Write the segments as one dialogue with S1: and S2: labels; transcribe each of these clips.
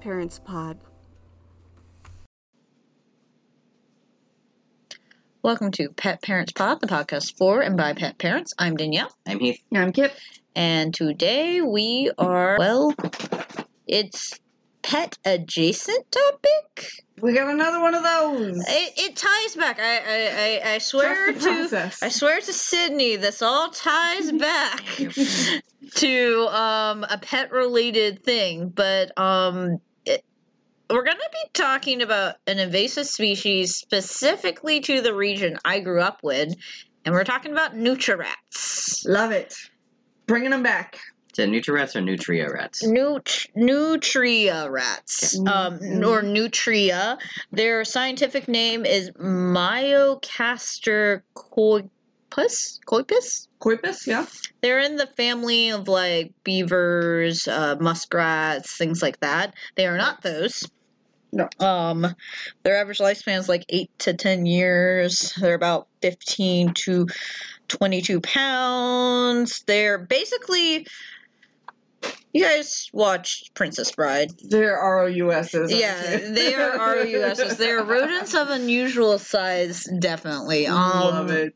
S1: Parents Pod.
S2: Welcome to Pet Parents Pod, the podcast for and by pet parents. I'm Danielle,
S3: I'm Heath.
S4: Yeah, I'm Kip.
S2: and today we are, well, it's pet adjacent topic.
S4: We got another one of those.
S2: It, it ties back. I, I, I, I swear
S4: Trust the
S2: to.
S4: process.
S2: I swear to Sydney, this all ties back to um, a pet related thing, but um, it, we're going to be talking about an invasive species specifically to the region I grew up with, and we're talking about nutria-rats.
S4: Love it. Bringing them back.
S3: Is it Nutria-Rats or Nutria-Rats?
S2: Nut- nutria rats, um, or nutria. Their scientific name is Myocaster coipus. Coipus?
S4: Coipus, yeah.
S2: they're in the family of like beavers, uh, muskrats, things like that. They are not those.
S4: No.
S2: Um, their average lifespan is like eight to ten years. They're about fifteen to twenty-two pounds. They're basically. You guys watched Princess Bride.
S4: They're ROUSs.
S2: Yeah, they are RUSs. They are rodents of unusual size, definitely. Um,
S4: Love it.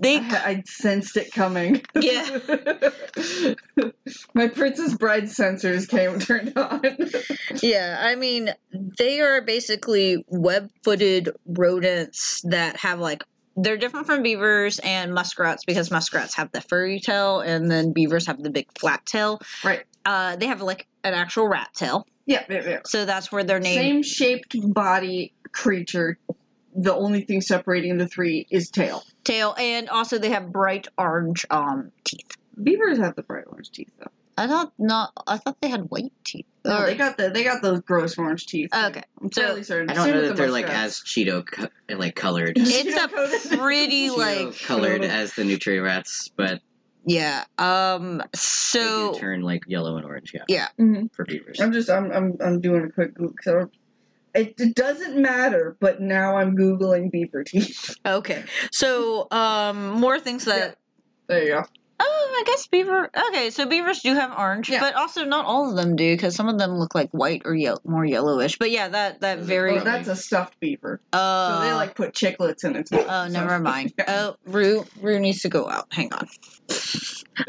S2: They
S4: I, I sensed it coming.
S2: Yeah.
S4: My Princess Bride sensors came turned on.
S2: Yeah, I mean, they are basically web footed rodents that have like they're different from beavers and muskrats because muskrats have the furry tail and then beavers have the big flat tail.
S4: Right.
S2: Uh, they have like an actual rat tail,
S4: Yeah, yeah, yeah.
S2: so that's where their name.
S4: Same shaped body creature. The only thing separating the three is tail.
S2: Tail, and also they have bright orange um teeth.
S4: Beavers have the bright orange teeth though.
S2: I thought not. I thought they had white teeth.
S4: No,
S2: Or- Oh,
S4: they got the they got those gross orange teeth.
S2: okay,
S4: I'm
S2: so-
S4: fairly certain.
S3: I don't
S4: Same
S3: know
S4: with
S3: that
S4: the
S3: they're like as
S4: muskrats.
S3: Cheeto co- like colored.
S2: it's a
S4: Cheeto-coated.
S2: pretty like
S3: Cheeto colored as the Nutria-Rats, but
S2: yeah. Um,
S3: they
S2: so Um,
S3: do turn like yellow and orange. Yeah,
S2: Mm-hmm.
S4: Mhm.
S3: for beavers.
S4: I'm just I'm I'm I'm doing a quick Google. 'cause I don't- It, it doesn't matter, but now I'm googling beaver teeth.
S2: Okay. So, um, more things that.
S4: Yeah. There you go.
S2: Oh, I guess beaver. Okay, so beavers do have orange,
S4: Yeah.
S2: but also not all of them do because some of them look like white or yellow, more yellowish. But yeah, that that
S3: Those are
S2: very.
S4: Oh,
S3: Right.
S4: that's a stuffed beaver.
S2: Uh,
S4: so they like put chiclets in its mouth.
S2: Oh,
S4: So-
S2: never mind. Oh, Rue, Rue needs to go out. Hang on.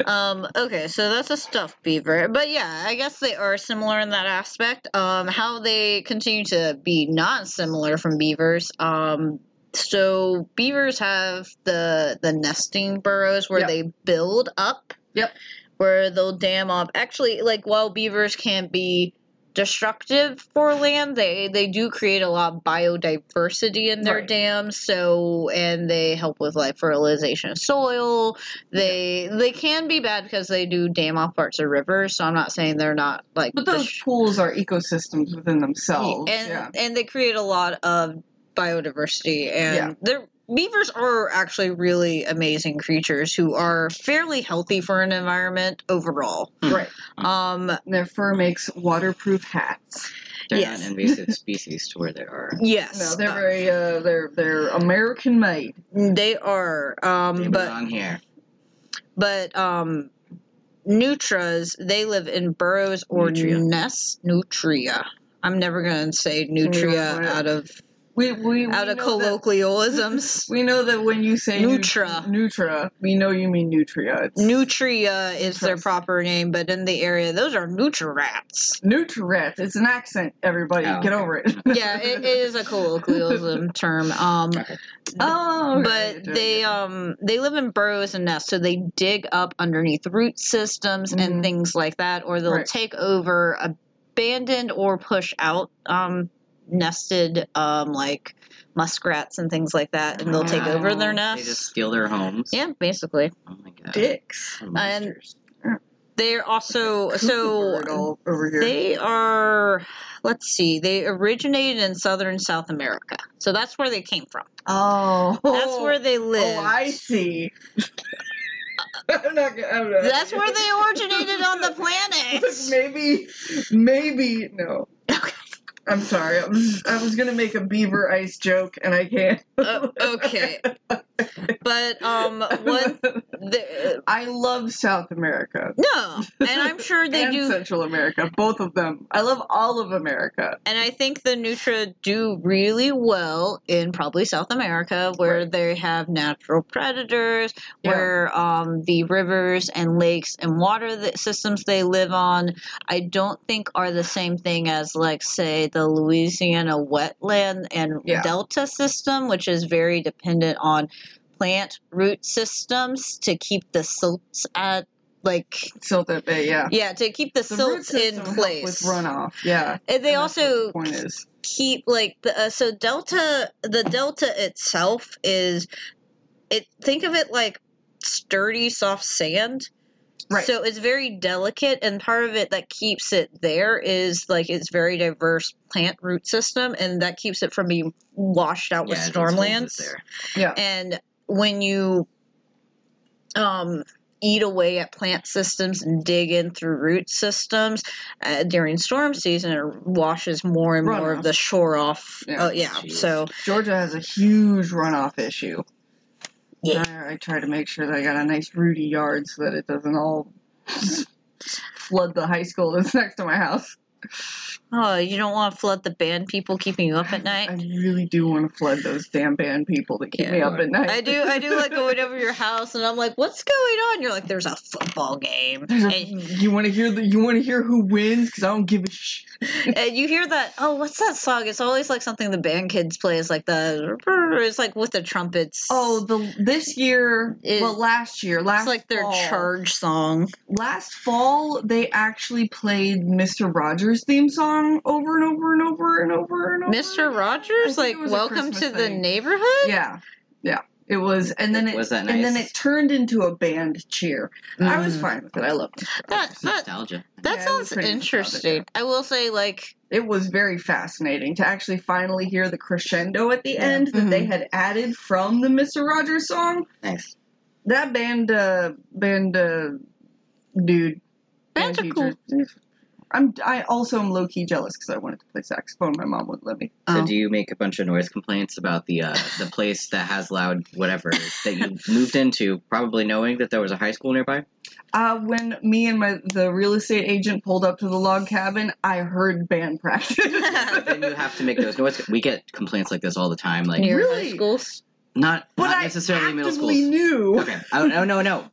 S2: Um, okay, so that's a stuffed beaver. But yeah, I guess they are similar in that aspect. Um, how they continue to be not similar from beavers. Um, so beavers have the the nesting burrows where
S4: Yep.
S2: they build up.
S4: Yep.
S2: Where they'll dam up. Actually, like while beavers can be destructive for land. They they do create a lot of biodiversity in their
S4: Right.
S2: dams. So and they help with like fertilization of soil. They they can be bad because they do dam off parts of rivers. So I'm not saying they're not like
S4: But those
S2: dest-
S4: pools are ecosystems within themselves.
S2: and
S4: yeah.
S2: and they create a lot of biodiversity and
S4: Yeah.
S2: they're beavers are actually really amazing creatures who are fairly healthy for an environment overall.
S3: Hmm.
S4: Right.
S2: Um
S4: And their fur makes waterproof hats.
S3: They're
S2: yes.
S3: not invasive species to where there are.
S2: yes.
S4: No, they're
S2: uh,
S4: very uh, they're they're American made.
S2: They are, um,
S3: They
S2: but
S3: belong here.
S2: but um, nutras they live in burrows or
S3: Nutria.
S2: nests. Nutria. I'm never gonna say nutria
S4: Yeah.
S2: out of
S4: We we, we
S2: out of
S4: know that-
S2: colloquialisms.
S4: We know that when you say nut-
S2: Nutra.
S4: Nutra, we know you mean Nutria. It's
S2: Nutria is their
S4: Nutras.
S2: proper name, but in the area, those are nutra rats.
S4: Nutret. It's an accent, everybody.
S3: Oh,
S4: Get
S3: okay.
S4: over it.
S2: yeah, it, it is a colloquialism term. Um,
S3: Okay.
S4: Oh, okay.
S2: but they
S4: Yeah.
S2: um they live in burrows and nests so they dig up underneath root systems and
S4: Mhm.
S2: things like that or they'll
S4: Right.
S2: take over abandoned or push out um nested um like muskrats and things like that and they'll take over their
S4: Wow.
S2: nests
S3: They just steal their homes.
S2: yeah basically
S3: Oh my god.
S4: dicks.
S3: And monsters.
S2: they're also
S4: Cougar
S2: so
S4: all over here.
S2: they are let's see they originated in southern south america so that's where they came from
S4: oh,
S2: that's where they live
S4: Oh, I see. I'm not gonna, I'm not
S2: That's where they originated on the planet.
S4: maybe, maybe no.
S2: Okay.
S4: I'm sorry. I was, I was gonna make a beaver ice joke and I can't.
S2: Uh, okay. But um, one the, uh,
S4: I love South America.
S2: no, and I'm sure they
S4: and
S2: do.
S4: Central America, both of them. I love all of America.
S2: And I think the Nutra do really well in probably South America, where
S4: Right.
S2: they have natural predators,
S4: Yeah.
S2: where um, the rivers and lakes and water that systems they live on, I don't think are the same thing as, like, say, the Louisiana wetland and
S4: Yeah.
S2: delta system, which is very dependent on plant root systems to keep the silts at, like,
S4: So that they, yeah.
S2: yeah, to keep the,
S4: The root
S2: silts in
S4: system help
S2: place.
S4: with runoff. Yeah.
S2: And they
S4: And that's what the
S2: also
S4: point is
S2: keep like the uh, so delta the delta itself is it think of it like sturdy soft sand
S4: Right.
S2: so it's very delicate and part of it that keeps it there is like it's very diverse plant root system and that keeps it from being washed out with
S3: it just holds it
S2: stormlands
S3: there.
S4: yeah.
S2: and when you um eat away at plant systems and dig in through root systems uh, during storm season it washes more and more of
S4: Runoff.
S2: the shore off
S4: Yeah.
S2: oh yeah
S3: Jeez.
S2: so
S4: Georgia has a huge runoff issue.
S2: Yeah.
S4: And I, I try to make sure that I got a nice rooty yard so that it doesn't all flood the high school that's next to my house.
S2: oh you don't want to flood the band people keeping you up at
S4: I
S2: night
S4: really do want to flood those damn band people that keep
S2: Yeah.
S4: me up at night.
S2: I do, I do like going over your house, and I'm like, "What's going on?" You're like, "There's a football game,"
S4: There's a-
S2: and,
S4: you want to hear the, you want to hear who wins because I don't give a sh.
S2: and you hear that. Oh, what's that song? It's always like something the band kids play. It's like the, it's like with the trumpets.
S4: Oh, the this year,
S2: It-
S4: well, last year, last
S2: it's like their
S4: fall,
S2: charge song.
S4: Last fall, they actually played Mister Rogers' theme song over and over and over and over and over.
S2: Mr.
S4: I
S2: Rogers,
S4: think
S2: like
S4: it was a
S2: welcome to
S4: Christmas
S2: the
S4: thing.
S2: neighborhood.
S4: Yeah, yeah, it was, and then it
S3: Was that
S4: and then
S3: nice?
S4: it turned into a band cheer. I was
S2: Mm.
S4: fine with it. I loved Mr.
S2: That
S4: Rogers.
S2: that
S3: Nostalgia.
S2: that
S4: Yeah, it was
S2: sounds
S4: pretty
S2: interesting. I will say, like,
S4: It was very fascinating to actually finally hear the crescendo at the
S2: Yeah.
S4: end that they
S2: Mhm.
S4: had added from the Mister Rogers song.
S3: Nice.
S4: That band, uh, band, uh, dude.
S2: Bands are cool.
S4: teacher- I'm. I also am low key jealous because I wanted to play saxophone. My mom wouldn't let me.
S2: Oh.
S3: So do you make a bunch of noise complaints about the uh, the place that has loud whatever that you moved into, probably knowing that there was a high school nearby?
S4: Uh, when me and my the real estate agent pulled up to the log cabin, I heard band practice.
S3: then you have to make those noise. We get complaints like this all the time. Like
S2: near
S4: really?
S2: high schools.
S3: not
S4: but
S3: not
S4: I
S3: necessarily middle schools.
S4: actively knew.
S3: Okay. Oh no no no.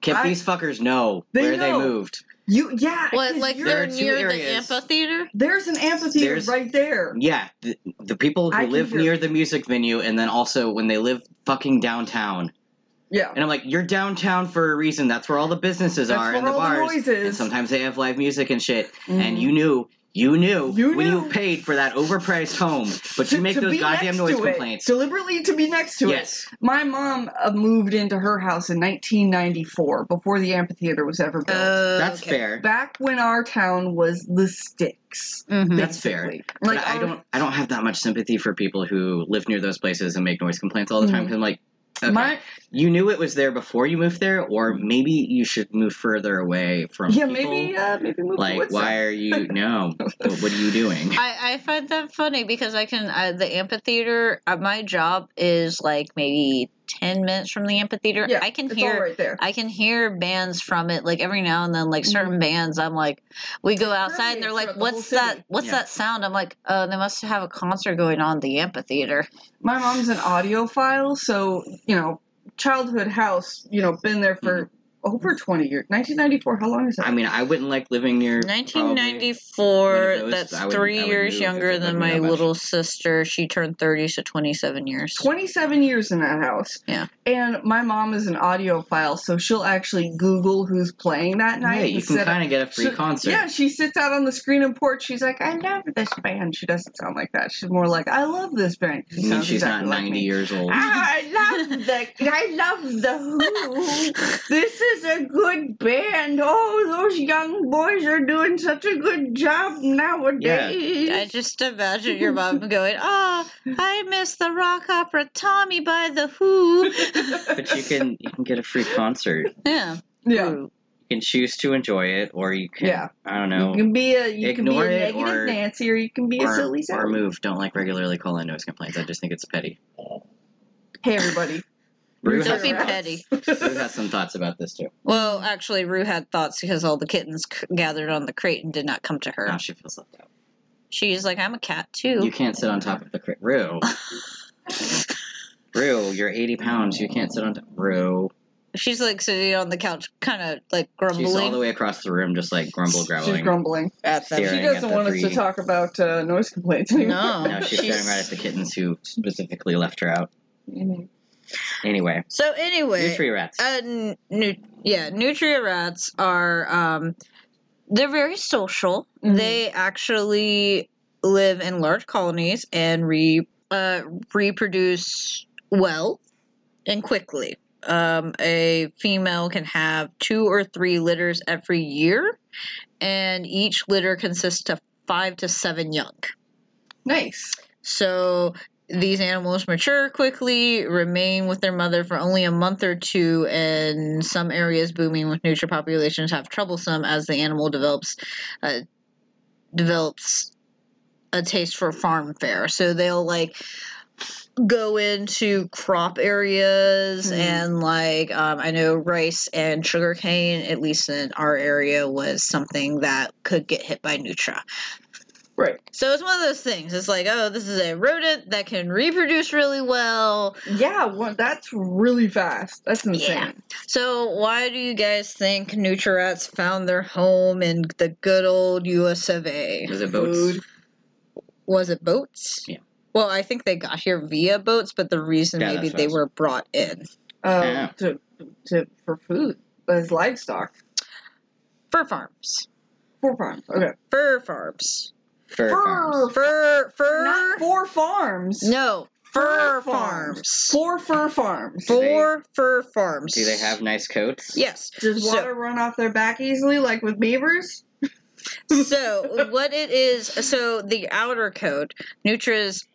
S3: Can
S4: I-
S3: these fuckers know
S4: They
S3: where
S4: know.
S3: they moved?
S4: you yeah.
S2: What,
S4: 'cause
S2: like
S4: you're-
S2: they're
S3: There are two
S2: near the
S3: areas.
S2: amphitheater?
S4: there's an amphitheater
S3: There's-
S4: right there.
S3: Yeah, the, the people
S4: I
S3: who
S4: can
S3: live
S4: hear-
S3: near the music venue, and then also when they live fucking downtown.
S4: Yeah.
S3: And I'm like, you're downtown for a reason. That's where all the businesses
S4: That's
S3: are
S4: where
S3: and the
S4: all the
S3: bars.
S4: noise
S3: and
S4: is.
S3: sometimes they have live music and shit. And
S4: Mhm.
S3: you knew, you knew,
S4: You
S3: when
S4: knew.
S3: you paid for that overpriced home, but you
S4: To-
S3: make
S4: to
S3: those
S4: be
S3: goddamn
S4: next
S3: noise
S4: to it.
S3: complaints.
S4: deliberately to be next to it.
S3: yes,
S4: My mom uh, moved into her house in 1994 before the amphitheater was ever built.
S3: that's fair.
S4: Back when our town was the sticks.
S2: hmm
S3: That's fair.
S4: basically.
S3: But
S4: Like um,
S3: I
S4: our-
S3: don't, I don't have that much sympathy for people who live near those places and make noise complaints all the time.
S4: Mhm.
S3: 'cause I'm like, okay,
S4: My
S3: you knew it was there before you moved there, or maybe you should move further away from.
S4: yeah,
S3: people.
S4: maybe uh, maybe move to
S3: Like,
S4: Woodstock.
S3: why are you? No, what, what are you doing?
S2: I, I find that funny because I can uh, the amphitheater. Uh, my job is like maybe ten minutes from the amphitheater.
S4: Yeah,
S2: I can
S4: It's
S2: hear
S4: all right there.
S2: I can hear bands from it, like every now and then, like certain
S4: Mm-hmm.
S2: bands. I'm like, we go outside and they're like,
S4: permeates throughout the
S2: "What's
S4: whole
S2: that?
S4: city."
S2: What's
S3: Yeah.
S2: that sound?" I'm like, "Oh, they must have a concert going on at the amphitheater."
S4: My mom's an audiophile, so you know, childhood house, you know, been there for over 20 years. 1994. How long is that?
S3: Mm-hmm. I mean, I wouldn't like living near. probably-
S2: 1994.
S3: one of those,
S2: that's
S3: I would-
S2: three
S3: I would
S2: years
S3: move if it
S2: younger than
S3: doesn't mean
S2: my
S3: that much.
S2: little sister. She turned 30, so 27 years.
S4: 27 years in that house.
S2: Yeah.
S4: And my mom is an audiophile, so she'll actually Google who's playing that night.
S3: Yeah, you
S4: and
S3: can
S4: set up-
S3: kind of get a free
S4: she-
S3: concert.
S4: Yeah, she sits out on the screen and porch. She's like, I love this band. She doesn't sound like that. She's more like, I love this band. She
S3: I mean,
S4: sounds
S3: Mm, she's
S4: exactly
S3: not
S4: like
S3: 90
S4: me.
S3: years old.
S4: Ah, I love the I love the Who. This is a good band. Oh, those young boys are doing such a good job nowadays.
S2: I just imagine your mom going, "Oh, I miss the rock opera Tommy by the Who."
S3: But you can you can get a free concert. You
S2: yeah.
S4: yeah.
S2: Ooh.
S3: can choose to enjoy it, or you can.
S4: Yeah.
S3: I don't
S4: You
S3: know.
S4: can be a you
S3: Ignore
S4: can be a
S3: it,
S4: negative
S3: or-
S4: Nancy, or you can be a
S3: Or,
S4: silly
S3: or
S4: Sally.
S3: move. Don't like regularly call in noise complaints. I just think it's petty.
S4: Hey everybody,
S3: Rue
S2: Don't be
S3: has,
S4: Rats.
S2: petty.
S3: Rue has some thoughts about this too.
S2: Well, actually, Rue had thoughts because all the kittens c- gathered on the crate and did not come to her.
S3: Now she feels left out.
S2: She's like, I'm a cat too.
S3: You can't sit on top of the crate. Rue. Rue, you're 80 pounds. You can't sit on top. Rue.
S2: She's like sitting on the couch, kind of like
S3: She's all the
S2: grumbling.
S3: way across the room, just like grumble growling.
S4: She's grumbling at them.
S3: Staring
S4: She
S3: at
S4: doesn't
S3: the
S4: want us
S3: three-
S4: to talk about uh, noise complaints anymore.
S2: No,
S3: No, she's staring right at the kittens who specifically left her out.
S4: Mhm.
S3: Anyway,
S2: So anyway,
S3: nutria rats.
S2: uh, n- nu- yeah, nutria rats are um, they're very social.
S4: Mhm.
S2: They actually live in large colonies and re uh, reproduce well and quickly. Um, a female can have two or three litters every year, and each litter consists of five to seven young.
S4: Nice.
S2: So these animals mature quickly, remain with their mother for only a month or two, and some areas booming with nutria populations have troublesome as the animal develops uh, develops a taste for farm fare. So they'll like go into crop areas
S4: Mhm.
S2: and like um, I know rice and sugarcane, at least in our area, was something that could get hit by nutria.
S4: Right.
S2: So it's one of those things. It's like, oh, this is a rodent that can reproduce really well.
S4: Yeah, well, that's really fast. That's insane.
S2: So why do you guys think Nutriats found their home in the good old U.S. of A?
S3: Was it boats?
S4: Food.
S2: Was it boats?
S3: Yeah.
S2: Well, I think they got here via boats, but the reason
S3: Yeah,
S2: maybe
S3: that's
S2: they
S3: fast.
S2: were brought in
S4: Um,
S3: Yeah.
S4: to, to, for food, as livestock.
S2: fur farms,
S4: For farms. Okay.
S2: fur farms,
S3: Fur farms.
S2: fur fur.
S4: Not for farms.
S2: no, fur
S4: Fur farms.
S2: farms.
S4: For fur farms.
S3: Do they-
S2: For fur farms.
S3: Do they have nice coats?
S2: Yes.
S4: Does
S2: So-
S4: water run off their back easily, like with beavers?
S2: so what it is so the outer coat nutra's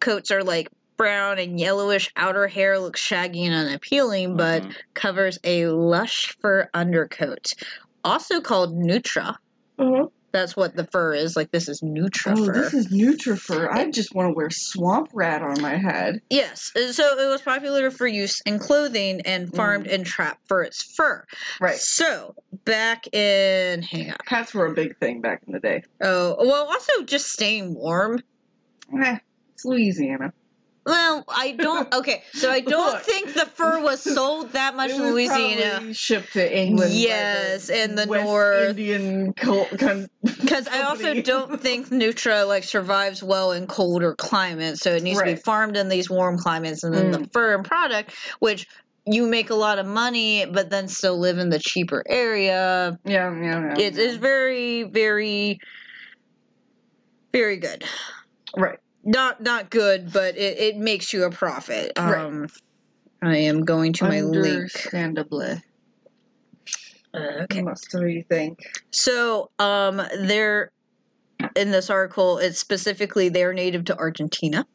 S2: coats are like brown and yellowish outer hair looks shaggy and unappealing but
S3: Mhm.
S2: covers a lush fur undercoat also called nutra
S4: Uh-huh.
S2: that's what the fur is like this is nutra
S4: Oh,
S2: fur
S4: this is Nutrafur. I just want to wear swamp rat on my head.
S2: yes and so it was popular for use in clothing and farmed and trapped for its fur
S4: Mm. Right.
S2: so back in hang on
S4: Cats were a big thing back in the day.
S2: oh well also just staying warm
S4: Eh, it's Louisiana.
S2: Well, I don't. Okay, so I don't
S4: Look.
S2: think the fur was sold that much
S4: It
S2: in
S4: was
S2: Louisiana.
S4: probably shipped to England. by the
S2: Yes, and the
S4: West
S2: North.
S4: Indian col- con-
S2: Because I also
S4: company.
S2: don't think Nutra like survives well in colder climates, so it needs to be
S4: Right. Mm.
S2: farmed in these warm climates, and then the fur and product, which you make a lot of money, but then still live in the cheaper area.
S4: Yeah, Oh, yeah, yeah.
S2: It is very, very, very good.
S4: right.
S2: Not not good, but it, it makes you a profit.
S4: Right.
S2: Um, I am going to my link.
S4: Understandably,
S2: Uh, okay.
S4: must we think?
S2: So, um, they're in this article. It's specifically they're native to Argentina,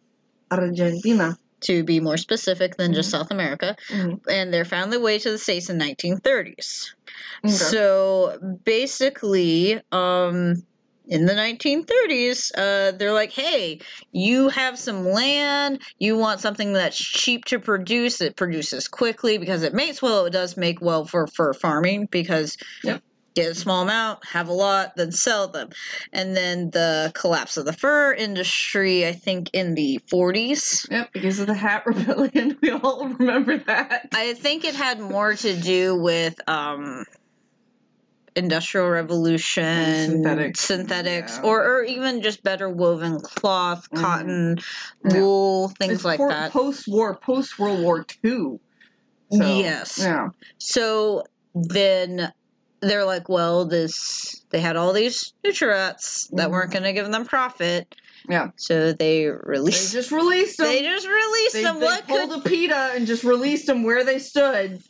S4: Argentina.
S2: to be more specific than just South America,
S4: Mhm.
S2: and they're found their way to the states in 1930s.
S4: Okay.
S2: So basically, um, in the 1930s, uh, they're like, hey, you have some land, you want something that's cheap to produce, it produces quickly because it mates well, it does make well for, for farming because
S4: Yep.
S2: get a small amount, have a lot, then sell them. And then the collapse of the fur industry, I think in the 40s.
S4: Yep, because of the Hat Rebellion, we all remember that.
S2: I think it had more to do with um industrial revolution
S4: Synthetics.
S2: synthetics
S4: Yeah.
S2: or, or even just better woven cloth
S4: Mhm.
S2: cotton
S4: Yeah.
S2: wool things
S4: It's
S2: like
S4: for-
S2: that
S4: Post-war, post-World War II. So,
S2: yes
S4: Yeah.
S2: so then they're like well this they had all these nutrients that
S4: Mhm.
S2: weren't going to give them profit
S4: Yeah.
S2: so they
S4: They
S2: released
S4: just released them.
S2: they just released
S4: they,
S2: them
S4: they
S2: what could
S4: pulled a PETA and just released them where they stood,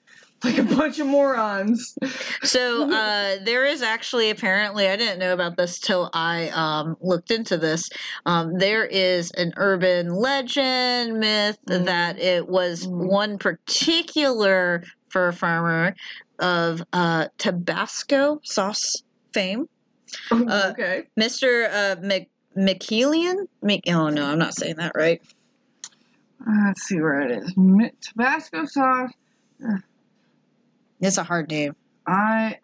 S4: like a bunch of morons.
S2: So uh, there is actually apparently I didn't know about this till I um, looked into this. Um, there is an urban legend myth
S4: Mhm.
S2: that it was
S4: Mhm.
S2: one particular fur farmer of uh, Tabasco sauce fame, Uh,
S4: okay.
S2: Mister uh, Mc- McKeelian. Mc- oh no, I'm not saying that right.
S4: Let's see where it is. Mi- Tabasco sauce.
S2: It's a hard name.
S4: I.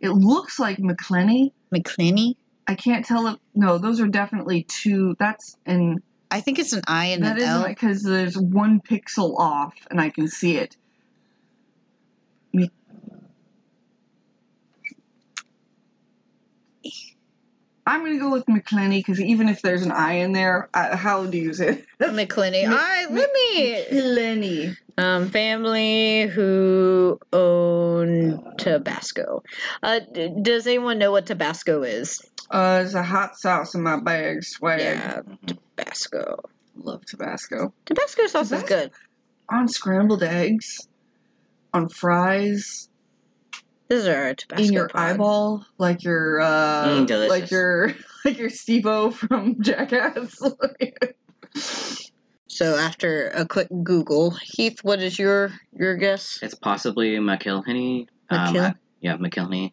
S4: It looks like McClenny.
S2: McClenny?
S4: I can't tell if no. Those are definitely two. That's an
S2: I think it's an I and
S4: that
S2: an L.
S4: isn't because there's one pixel off, and I can see it. I'm gonna go with McClenny because even if there's an I in there, I, how do you say it?
S2: McClenny.
S4: Mi-
S2: All right, let me.
S4: McClenny.
S2: Um, family who own Tabasco. Uh, d- does anyone know what Tabasco is?
S4: Uh, it's a hot sauce in my bag. Swag.
S2: Yeah,
S3: Mm-hmm.
S2: Tabasco.
S4: Love Tabasco.
S2: Tabasco sauce is
S4: Tabasco?
S2: good.
S4: On scrambled eggs, on fries,
S2: This is our Tabasco.
S4: in your
S2: pod.
S4: eyeball, like your uh,
S3: Mm, delicious.
S4: like your like your Steve-O from Jackass.
S2: So after a quick Google, Heath, what is your your guess?
S3: It's possibly McIlhenny. Um,
S2: McKil-
S3: I- yeah, McIlhenny.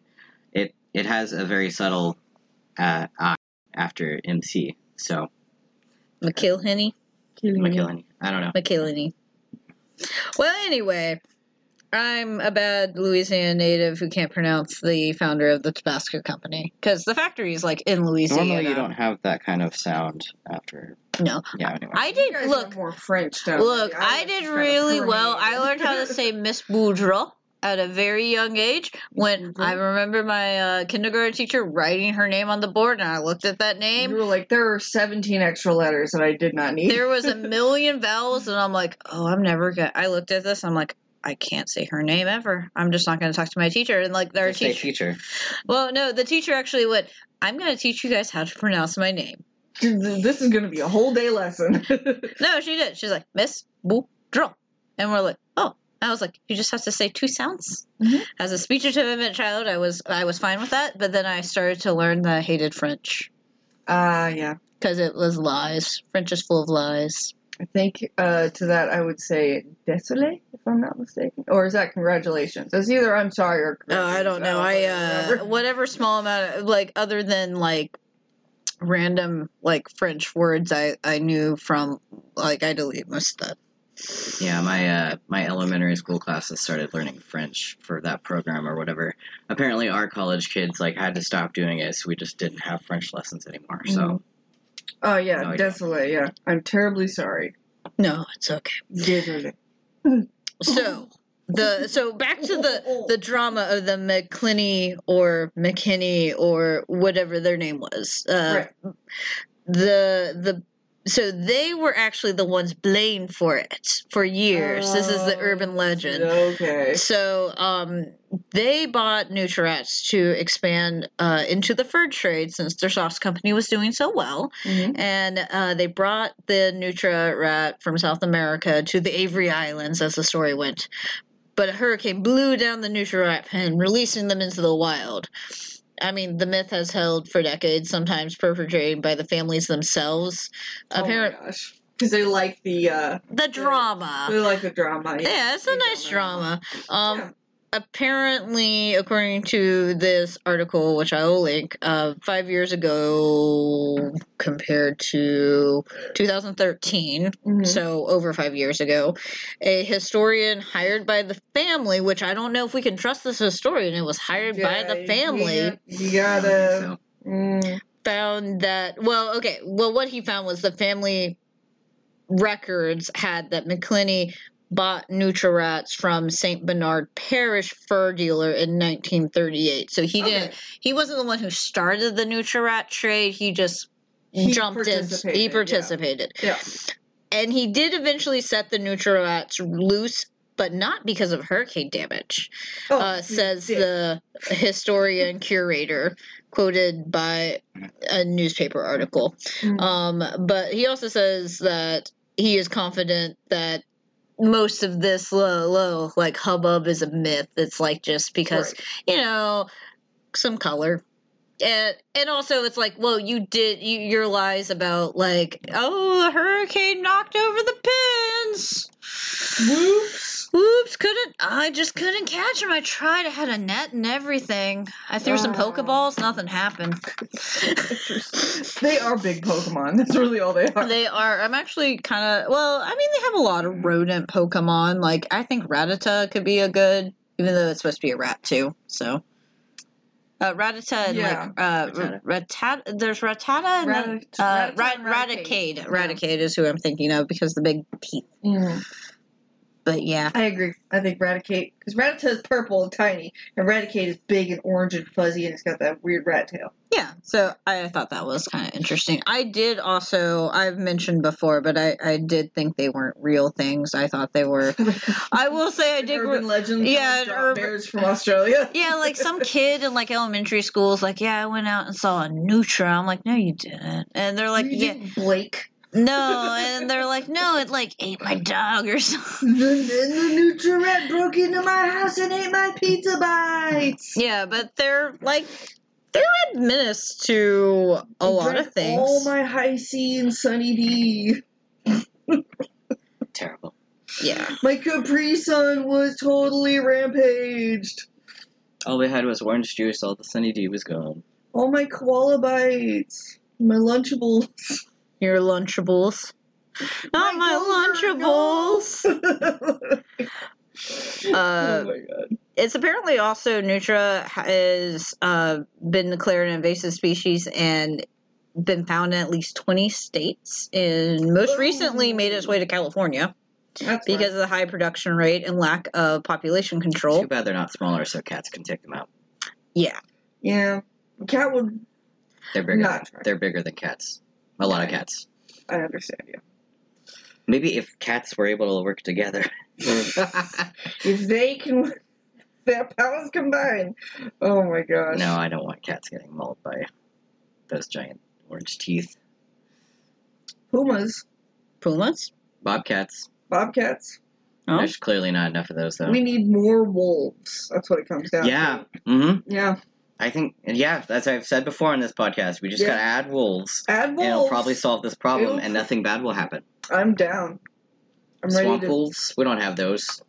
S3: It it has a very subtle uh, I after MC. So
S2: McKilhenny.
S3: McIlhenny. I don't know.
S2: McKilhenny. Well, anyway, I'm a bad Louisiana native who can't pronounce the founder of the Tabasco company because the factory is like in Louisiana.
S3: Normally you don't have that kind of sound after.
S2: No.
S3: Yeah. Anyway.
S2: I did look.
S4: more French. Down
S2: Look, I did really well. I learned how to say Miss Boudreau at a very young age when I remember my uh, kindergarten teacher writing her name on the board and I looked at that
S4: You
S2: name.
S4: were like, there are 17 extra letters that I did not need.
S2: There was a million vowels and I'm like, oh, I'm never going to. I looked at this. I'm like, I can't say her name ever. I'm just not going to talk to my teacher. And like, their
S3: Just say
S2: teacher.
S3: teacher.
S2: Well, no, the teacher actually went, I'm going to teach you guys how to pronounce my name.
S4: this is going to be a whole day lesson.
S2: No, she did. She's like, Miss Boudreau. And we're like, oh. I was like, you just have to say two sounds.
S4: Mhm.
S2: As a speech impediment child, I was I was fine with that, but then I started to learn that I hated French
S4: Ah, yeah.
S2: because it was lies. French is full of lies.
S4: I think uh, to that I would say désolé, if I'm not mistaken, or is that congratulations? It's either I'm sorry or.
S2: Oh, I don't know. I uh,
S4: remember.
S2: whatever small amount of like other than like random like French words I I knew from like I delete most of that.
S3: Yeah, my uh, my elementary school classes started learning French for that program or whatever. Apparently, our college kids like had to stop doing it, so we just didn't have French lessons anymore. So
S4: Oh yeah,
S3: No idea.
S4: désolé. Yeah, I'm terribly sorry.
S2: No, it's okay.
S4: Désolé.
S2: So the so back to the the drama of the McClinney or McKinney or whatever their name was. Uh, The the so they were actually the ones blamed for it for years. this is the
S4: Oh,
S2: urban legend.
S4: Okay.
S2: So um, they bought Nutrirats to expand uh, into the fur trade since their sauce company was doing so well,
S4: Mhm.
S2: and uh, they brought the Nutra rat from South America to the Avery Islands, as the story went. But a hurricane blew down the Nutra rat pen, releasing them into the wild. I mean, the myth has held for decades, sometimes perpetrated by the families themselves. Apparently,
S4: Oh my gosh, because they like the uh,
S2: the drama.
S4: they like the drama.
S2: Uh, Yeah, it's a
S4: They
S2: nice drama. Um,
S4: Yeah.
S2: apparently, according to this article, which I will link, uh, five years ago compared to 2013,
S4: Mhm.
S2: so over five years ago, a historian hired by the family, which I don't know if we can trust this historian, it was hired by
S4: Yeah,
S2: the family Um,
S4: You, you
S3: I don't think
S4: gotta.
S3: so.
S4: mm,
S2: found that well okay well what he found was the family records had that mcclinney bought nutrirats from st bernard parish fur dealer in 1938 so he didn't
S4: okay.
S2: he wasn't the one who started the nutrirat trade he just
S4: He
S2: jumped in he
S4: participated, yeah.
S2: participated
S4: Yeah.
S2: and he did eventually set the nutrirats loose but not because of hurricane damage
S4: Oh,
S2: uh,
S4: you
S2: says
S4: did.
S2: the historian curator quoted by a newspaper article
S4: Mm.
S2: um, but he also says that he is confident that most of this low low like hubbub is a myth it's like just because
S4: Right.
S2: you know some color and and also it's like well you did you, your lies about like oh the hurricane knocked over the pins
S4: Whoops.
S2: Oops, couldn't I just couldn't catch him. I tried, I had a net and everything. I threw some
S4: Oh.
S2: pokeballs, nothing happened.
S4: they are big Pokemon. That's really all they are.
S2: They are I'm actually kinda well, I mean they have a lot of rodent Pokemon. Like I think Ratata could be a good even though it's supposed to be a rat too, so uh, Ratata and
S4: Yeah.
S2: like uh,
S3: Rattata.
S2: Ratata. There's Ratata and then,
S4: Ratat-
S2: uh,
S4: Rattata
S2: Rat-
S4: and Raticate.
S2: Raticate. Raticate is who I'm thinking of because the big teeth.
S4: Mm.
S2: But yeah,
S4: I agree. I think Raticate because Rattata is purple and tiny, and Raticate is big and orange and fuzzy, and it's got that weird rat tail.
S2: Yeah, so I thought that was kind of interesting. I did also, I've mentioned before, but I, I did think they weren't real things. I thought they were. I will say I did.
S4: urban
S2: gr-
S4: legend.
S2: yeah,
S4: Yeah,
S2: an urban-
S4: bears from Australia.
S2: Yeah, like some kid in like elementary school is like, yeah, I went out and saw a Nutra. I'm like, no, you didn't. And they're like,
S4: You
S2: yeah,
S4: didn't Blake.
S2: no. And they're like, no, it like ate my dog or something.
S4: Then, then the new Tourette broke into my house and ate my pizza bites.
S2: Yeah, but they're like, they're a menace to a
S4: He
S2: lot
S4: drank
S2: of things.
S4: All my high C and Sunny D.
S3: Terrible.
S2: yeah.
S4: My Capri Sun was totally rampaged.
S3: All they had was orange juice. All the Sunny D was gone.
S4: All my koala bites. My Lunchables.
S2: Your Lunchables. Not
S4: My
S2: my,
S4: Golden
S2: Lunchables.
S4: oh
S2: Uh,
S4: my god.
S2: it's apparently also Nutra has uh, been declared an invasive species and been found in at least 20 states and most recently
S4: Ooh.
S2: made its way to California
S4: That's
S2: because of the high production rate and lack of population
S3: Too
S2: control.
S3: bad they're not smaller, so cats can take them out.
S2: Yeah.
S4: Yeah. Cat would.
S3: They're bigger.
S4: Not
S3: Than, they're bigger than cats. A lot of cats.
S4: I understand you.
S3: Maybe if cats were able to work together.
S4: Mm. If they can. Their powers combined. Oh my gosh.
S3: no, I don't want cats getting mauled by those giant orange teeth.
S4: Pumas.
S2: Pumas?
S3: Bobcats.
S4: Bobcats.
S2: Oh.
S3: There's clearly not enough of those though.
S4: We need more wolves. That's what it comes down
S3: yeah.
S4: to.
S3: Mm-hmm.
S4: Yeah.
S3: I think. Yeah, that's what I've said before on this podcast. We just
S4: Yeah.
S3: gotta add wolves,
S4: Add wolves.
S3: and it'll probably solve this problem,
S4: It'll-
S3: and nothing bad will happen.
S4: I'm down. I'm ready
S3: Swamp
S4: to
S3: wolves. We don't have those.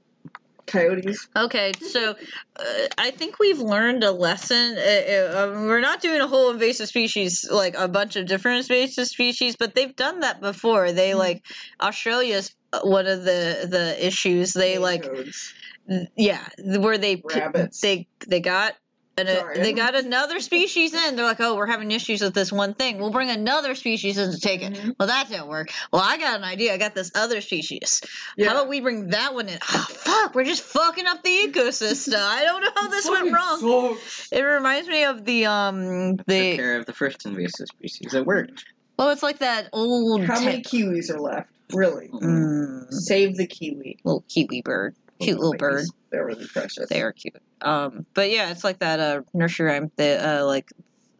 S4: coyotes.
S2: Okay, so uh, I think we've learned a lesson. Uh, uh, um, we're not doing a whole invasive species, like a bunch of different invasive species, but they've done that before. They
S4: Mhm.
S2: like Australia's uh, one of the the issues. They like
S4: Coyotes.
S2: th- yeah, where they p-
S4: Rabbits.
S2: they they got. And
S4: Sorry.
S2: they got another species in. They're like, oh, we're having issues with this one thing. We'll bring another species in to take it.
S4: Mhm.
S2: Well, that didn't work. Well, I got an idea. I got this other species. How
S4: Yeah.
S2: about we bring that one in? Oh, fuck, we're just fucking up the ecosystem. I don't know how this went
S4: Fucking
S2: wrong.
S4: sucks.
S2: It reminds me of the um
S3: Took
S2: the
S3: care of the first invasive species. It worked.
S2: well, it's like that old
S4: How
S2: te-
S4: many kiwis are left? Really?
S2: mm,
S4: Save the kiwi.
S2: little kiwi bird, cute little bird.
S4: Babies. They're really precious.
S2: They are cute. Um, but yeah, it's like that uh nursery rhyme. The uh like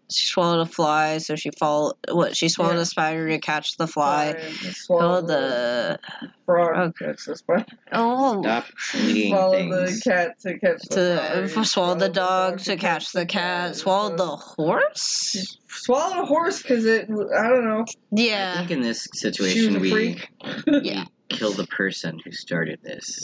S2: she swallowed a fly, so she fall. What she swallowed
S4: Yeah.
S2: a spider to catch the fly.
S4: Swallow
S2: Oh the
S4: frog.
S2: frog.
S4: Catch the spider.
S2: oh
S3: Stop eating
S4: swallow
S3: things.
S4: the cat to catch the
S2: to
S4: frog.
S2: swallow the dog to catch the cat, swallow the horse.
S4: swallow a horse because it. I don't know.
S3: I
S2: Yeah,
S3: think in this
S4: She was
S3: situation
S4: a
S3: we
S4: freak.
S2: yeah.
S3: kill the person who started this.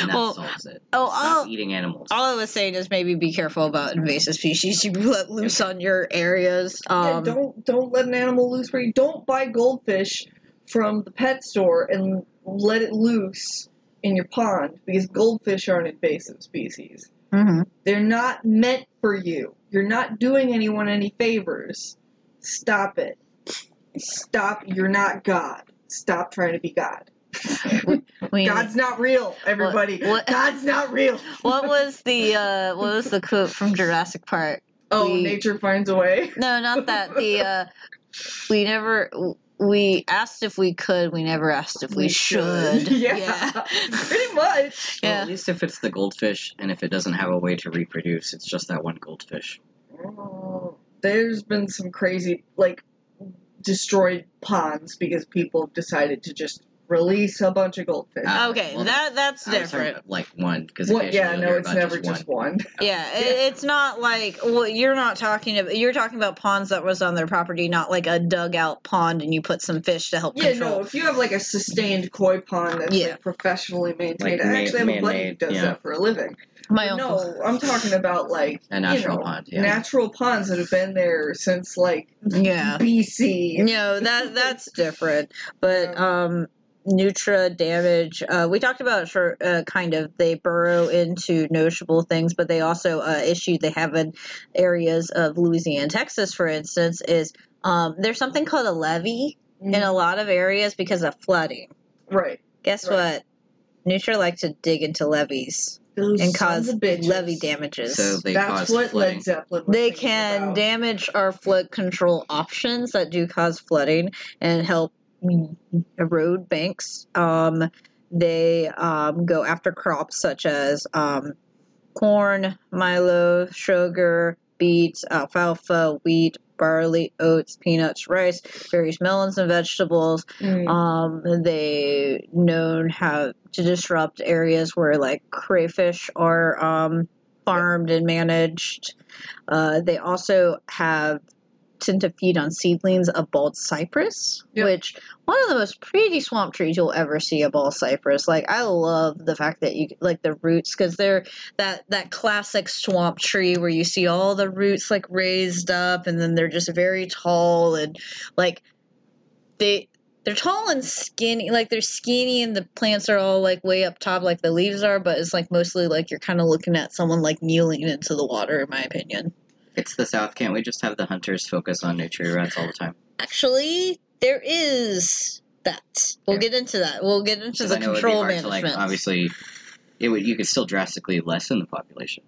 S3: And that
S2: Well,
S3: solves it.
S2: oh,
S3: Stop
S2: I'll-
S3: eating animals.
S2: all I was saying is maybe be careful about invasive species you let loose on your areas.
S4: Yeah,
S2: Um,
S4: don't don't let an animal loose where you don't buy goldfish from the pet store and let it loose in your pond because goldfish are an invasive species.
S2: mhm.
S4: They're not meant for you. You're not doing anyone any favors. Stop it. Stop. You're not God. Stop trying to be God.
S2: We-
S4: God's not real, everybody.
S2: what-
S4: God's not real.
S2: what was the uh, what was the quote from Jurassic Park?
S4: Oh,
S2: we-
S4: nature finds a way.
S2: No, not that. The uh, we never we asked if we could. We never asked if we, should.
S4: Yeah.
S2: yeah.
S4: Pretty much.
S3: Well,
S2: yeah.
S3: at least if it's the goldfish and if it doesn't have a way to reproduce, it's just that one goldfish.
S4: Oh, there's been some crazy like destroyed ponds because people have decided to just release a bunch of goldfish.
S3: Uh,
S2: Okay,
S3: well,
S2: that that's
S3: I was talking
S2: different.
S3: about, like one because
S4: What- yeah, no, it's never just one.
S2: Yeah, i- it's not like well, you're not talking about you're talking about ponds that was on their property, not like a dugout pond and you put some fish to help
S4: Yeah, no,
S2: control.
S4: if you have like a sustained koi pond that's
S2: Yeah.
S4: like professionally maintained,
S3: Like
S4: I
S3: ma-
S4: actually have a buddy who
S3: man-made,
S4: does
S3: yeah.
S4: that for a living.
S2: My
S4: But
S2: uncle.
S4: no, I'm talking about like
S3: a natural
S4: you know,
S3: pond. Yeah,
S4: natural ponds that have been there since like
S2: Yeah.
S4: BC.
S2: No, that that's different. But um Nutra damage. Uh, we talked about it for uh, kind of they burrow into noticeable things, but they also uh, issue they have in areas of Louisiana, and Texas, for instance, is um, there's something called a levee in
S4: Mm-hmm.
S2: a lot of areas because of flooding.
S4: Mm, Right.
S2: Guess what?
S4: Right.
S2: Nutra like to dig into levees
S4: Those
S2: and
S4: sons
S2: cause
S4: of bitches.
S2: levee damages.
S3: so they
S4: That's
S3: cause
S4: what
S3: flooding.
S4: Led Zeppelin was
S2: They
S4: singing
S2: can
S4: about.
S2: damage our flood control options that do cause flooding and help erode banks. Um, they um, go after crops such as um, corn, milo, sugar, beets, alfalfa, wheat, barley, oats, peanuts, rice, various melons and vegetables.
S4: Mm.
S2: Um, they known how to disrupt areas where like crayfish are um, farmed and managed. Uh, they also have tend to feed on seedlings of bald cypress,
S4: Yep.
S2: which one of the most pretty swamp trees you'll ever see a bald cypress. Like I love the fact that you like the roots because they're that that classic swamp tree where you see all the roots like raised up and then they're just very tall and like they they're tall and skinny like they're skinny and the plants are all like way up top like the leaves are but it's like mostly like you're kind of looking at someone like kneeling into the water in my opinion
S3: It's the South. Can't we just have the hunters focus on nutria rats all the time?
S2: actually there is that we'll
S3: Yeah.
S2: get into that we'll get into
S3: Because
S2: the
S3: I know it'd be
S2: control
S3: hard
S2: management
S3: to like obviously. It would you could still drastically lessen the population,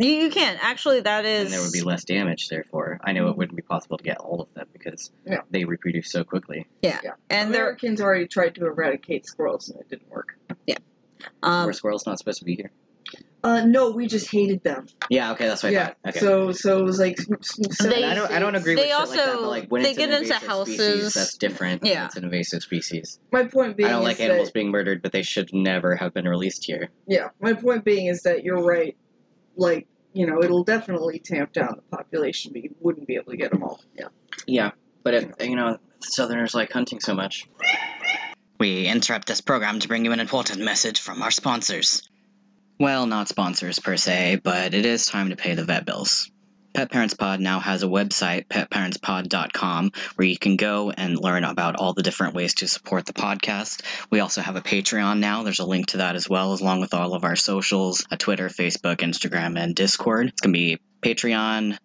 S2: you, you can't actually that is
S3: and there would be less damage. Therefore, I know it wouldn't be possible to get all of them because
S4: Yeah.
S3: they reproduce so quickly.
S2: and there
S4: Americans already tried to eradicate squirrels and it didn't work.
S2: um
S3: Were squirrels not supposed to be here?
S4: Uh, no, we just hated them.
S3: Yeah, okay, that's what I
S4: yeah.
S3: thought. Okay.
S4: So, so it was like. s- s-
S2: They-
S3: And I don't. I don't agree
S2: they
S3: with shit like that.
S2: also-
S3: But like when
S2: they
S3: it's
S2: get
S3: an
S2: into
S3: invasive
S2: houses.
S3: species, that's different.
S2: Yeah.
S3: it's an invasive species.
S4: My point being
S3: I don't
S4: is
S3: like
S4: that,
S3: animals being murdered, but they should never have been released here.
S4: Yeah, my point being is that you're right. Like, you know, it'll definitely tamp down the population, but you wouldn't be able to get them all. Yeah.
S3: Yeah, but it, you know, Southerners like hunting so much.
S1: We interrupt this program to bring you an important message from our sponsors. Well, not sponsors per se, but it is time to pay the vet bills. Pet Parents Pod now has a website, petparentspod.com, where you can go and learn about all the different ways to support the podcast. We also have a Patreon now. There's a link to that as well, along with all of our socials a Twitter, Facebook, Instagram, and Discord. It's going to be Patreon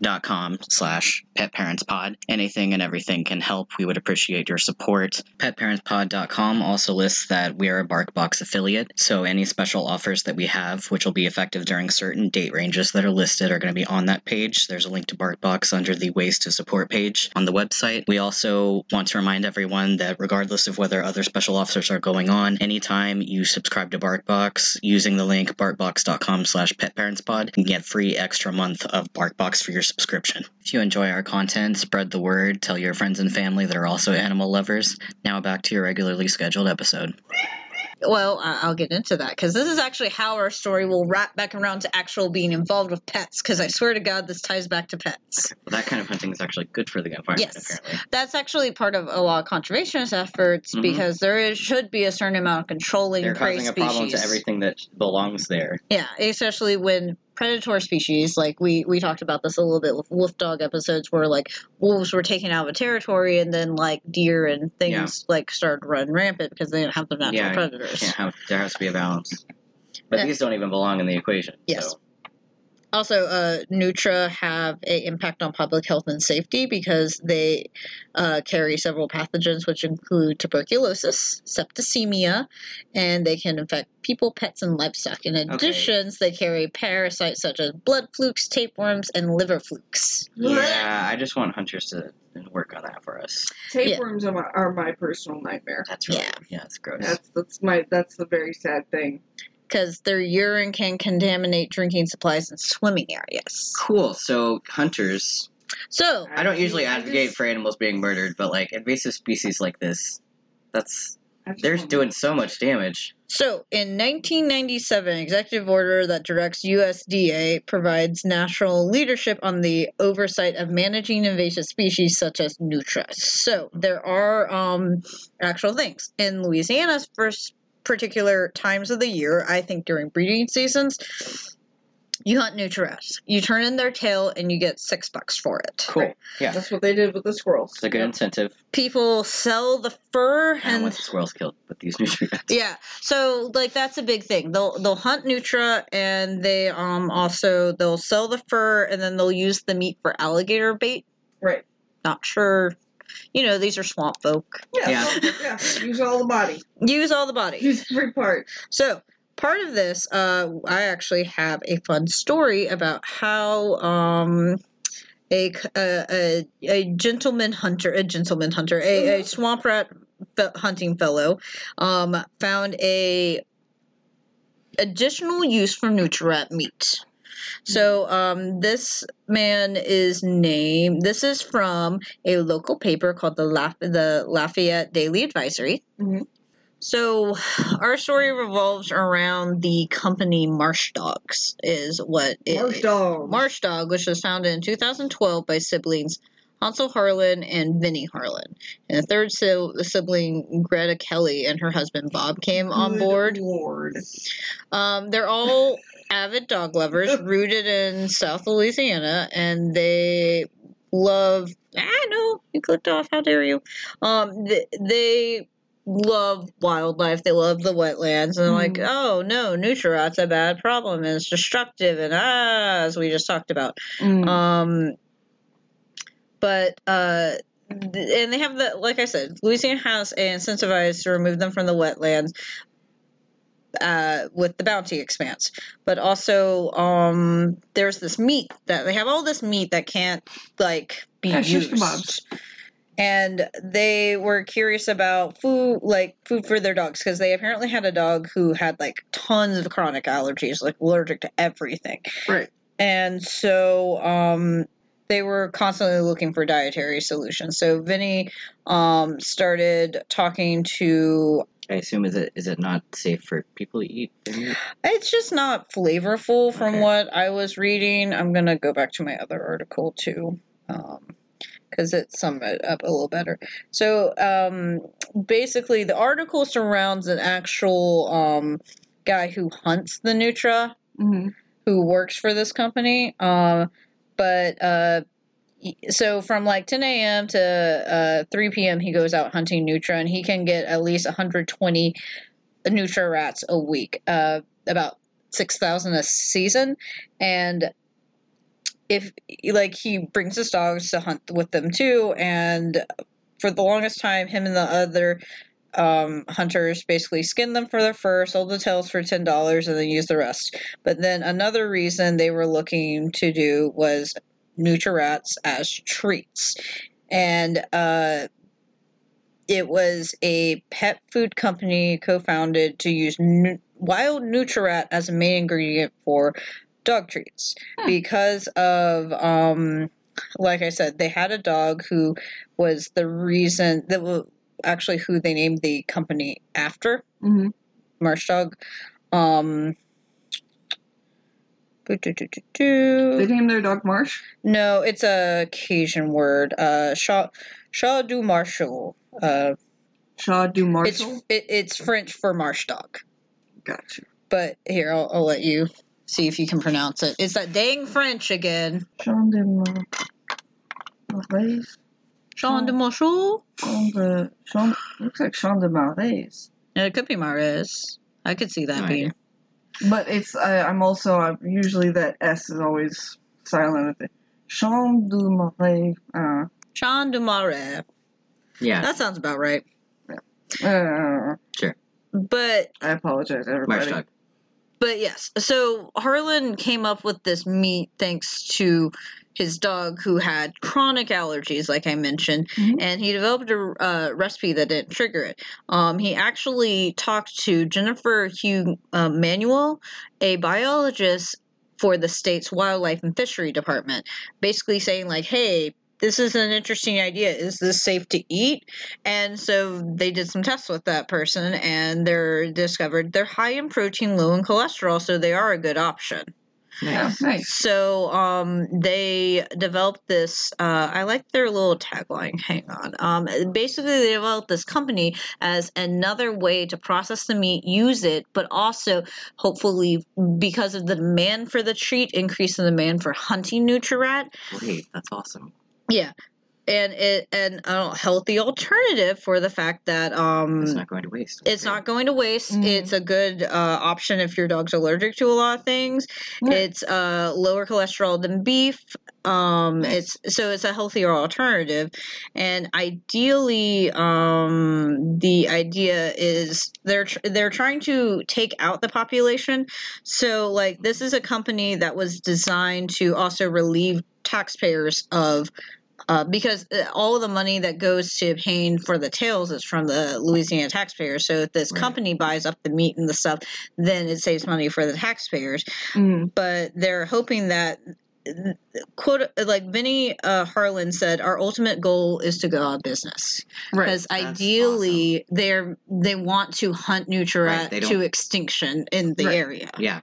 S1: dot com slash pet parents pod anything and everything can help we would appreciate your support petparentspod.com also lists that we are a barkbox affiliate so any special offers that we have which will be effective during certain date ranges that are listed are going to be on that page there's a link to barkbox under the ways to support page on the website we also want to remind everyone that regardless of whether other special offers are going on anytime you subscribe to barkbox using the link barkbox.com slash petparentspod and get free extra month of barkbox for your subscription if you enjoy our content spread the word tell your friends and family that are also animal lovers now back to your regularly scheduled episode
S2: Well, I- I'll get into that because this is actually how our story will wrap back around to actual being involved with pets. Because I swear to God, this ties back to pets.
S3: Well, that kind of hunting is actually good for the environment.
S2: Yes.
S3: Apparently,
S2: That's actually part of a lot of conservationist efforts
S3: Mhm.
S2: because there is, should be a certain amount of controlling
S3: they're
S2: prey
S3: causing a
S2: species.
S3: problem to everything that belongs there.
S2: Yeah, especially when predator species, like we we talked about this a little bit with wolf dog episodes, where like wolves were taken out of a territory, and then like deer and things like started to run rampant because they didn't have the natural
S3: Yeah,
S2: predators.
S3: Can't have. There has to be a balance. But
S2: Yeah.
S3: these don't even belong in the equation.
S2: Yes.
S3: So.
S2: also uh, nutra have a impact on public health and safety because they uh, carry several pathogens which include tuberculosis septicemia and they can infect people pets and livestock in addition they carry parasites such as blood flukes tapeworms and liver flukes
S3: Yeah, I just want hunters to work on that for us.
S4: Tapeworms are, my, are my personal nightmare.
S3: That's really,
S2: Yeah.
S3: yeah, it's gross.
S4: That's that's my that's the very sad thing.
S2: because their urine can contaminate drinking supplies and swimming areas
S3: Cool. So hunters,
S2: so
S3: I don't usually
S4: I
S3: advocate
S4: just-
S3: for animals being murdered, but like invasive species like this, that's They're doing so much damage.
S2: So, in 1997, executive order that directs USDA provides national leadership on the oversight of managing invasive species such as nutria. So, there are um, actual things. In Louisiana's first particular times of the year, I think during breeding seasons, you hunt nutrias. You turn in their tail and you get six bucks for it.
S3: Cool. Yeah,
S4: That's what they did with the squirrels.
S3: it's a good incentive.
S2: People sell the fur
S3: I don't
S2: and
S3: want the squirrels killed, but these nutrients.
S2: Yeah. So like that's a big thing. They'll they'll hunt nutria and they um also they'll sell the fur and then they'll use the meat for alligator bait.
S4: Right.
S2: Not sure. You know, these are swamp folk.
S4: Yeah.
S3: Yeah.
S4: so- yeah. Use all the body.
S2: Use all the body.
S4: Use every part.
S2: So part of this, uh, I actually have a fun story about how um a c- a, a, a gentleman hunter, a gentleman hunter, a, a swamp rat fe- hunting fellow, um, found a additional use for nutria meat. So um, this man is named. This is from a local paper called the Laf- the Lafayette Daily Advisory.
S4: Mhm.
S2: So our story revolves around the company Marsh Dogs. Is what it-
S4: Marsh dog.
S2: Marsh Dog, which was founded in 2012 by siblings Hansel Harlan and Vinnie Harlan. And a third si- sibling, Greta Kelly, and her husband Bob came on
S4: Good
S2: board.
S4: Lord.
S2: Um, they're all avid dog lovers rooted in South Louisiana, and they love. Ah, no, you clicked off. How dare you? Um, th- they love wildlife. They love the wetlands, and they're like,
S4: Mhm.
S2: oh no, nutria—it's a bad problem, and it's destructive, and ah, as we just talked about.
S4: Mm.
S2: Um, but uh, th- and they have the like I said, Louisiana House incentivized to remove them from the wetlands uh, with the bounty expanse. But also, um, there's this meat that they have all this meat that can't like be
S4: Yeah, shish
S2: used.
S4: kebabs.
S2: And they were curious about food, like food for their dogs, because they apparently had a dog who had like tons of chronic allergies, like allergic to everything
S4: Right.
S2: and so um, they were constantly looking for dietary solutions. So Vinny um, started talking to.
S3: I assume is it is it not safe for people to eat? their meat?
S2: It's just not flavorful from
S3: Okay.
S2: what I was reading. I'm gonna go back to my other article too. Um, because it summed it up a little better. So um, basically, the article surrounds an actual um, guy who hunts the Nutra,
S4: Mm-hmm.
S2: who works for this company. Um, but uh, y- so from like 10 a.m. to uh, 3 p.m., he goes out hunting Nutra, and he can get at least 120 Nutra rats a week, uh, about 6,000 a season. And if like he brings his dogs to hunt with them too, and for the longest time, him and the other um, hunters basically skin them for their fur, sold the tails for ten dollars, and then used the rest. But then another reason they were looking to do was nutria rats as treats, and uh, it was a pet food company co-founded to use nu- wild nutria rat as a main ingredient for dog treats
S4: Hmm.
S2: because of um, like I said, they had a dog who was the reason that wa- actually who they named the company after
S4: Mm-hmm.
S2: Marsh Dog. Um,
S4: They named their dog Marsh.
S2: no, it's a Cajun word. Uh, Shaw, Shaw du Marshal. Uh,
S4: Shaw Du
S2: it's
S4: Marshall.
S2: it, it's French for marsh dog.
S4: Gotcha.
S2: But here, I'll, I'll let you see if you can pronounce it. It's that dang French again.
S4: Shawn Du Mar- Marais.
S2: Jean du Marshal.
S4: Shawn Du. Shawn. Looks like Shawn Du Marais.
S2: Yeah, it could be Mares. I could see that
S3: No
S2: being.
S3: idea.
S4: But it's. I, I'm also. i usually that S is always silent. at the Shawn Du Marais. Uh,
S2: Jean du Marais.
S3: Yeah,
S2: That sounds about right.
S4: uh,
S2: But
S4: I apologize, everybody.
S3: marsh dog.
S2: But yes, so Harlan came up with this meat thanks to his dog who had chronic allergies, like I mentioned,
S4: Mhm.
S2: and he developed a uh, recipe that didn't trigger it. Um, he actually talked to Jennifer Hugh uh, Manuel, a biologist for the state's wildlife and fishery department, basically saying like, "Hey, this is an interesting idea. Is this safe to eat? And so they did some tests with that person and they're discovered they're high in protein, low in cholesterol, so they are a good option.
S4: That's nice.
S2: So um, they developed this. Uh, I like their little tagline. Hang on. Um, basically, they developed this company as another way to process the meat, use it, but also hopefully because of the demand for the treat, increase in the demand for hunting nutri-rat.
S3: Wait, that's awesome.
S2: Yeah. And it and a healthy alternative for the fact that um,
S3: It's not going to waste.
S2: it's not going to waste.
S4: Mhm.
S2: It's a good uh, option if your dog's allergic to a lot of things.
S4: Yeah.
S2: It's uh, lower cholesterol than beef. Um,
S4: Nice.
S2: It's so it's a healthier alternative, and ideally, um, the idea is they're tr- they're trying to take out the population. So like this is a company that was designed to also relieve taxpayers of uh, because uh, all the money that goes to paying for the tails is from the Louisiana taxpayers. So if this
S3: Right.
S2: company buys up the meat and the stuff, then it saves money for the taxpayers.
S4: Mm.
S2: But they're hoping that uh, quote like Vinny uh, Harlan said, our ultimate goal is to go out of business
S4: Right.
S2: because
S3: That's
S2: ideally they're they want to hunt Nutria
S3: Right, they
S2: to
S3: don't-
S2: extinction in the
S4: Right.
S2: area.
S3: Yeah.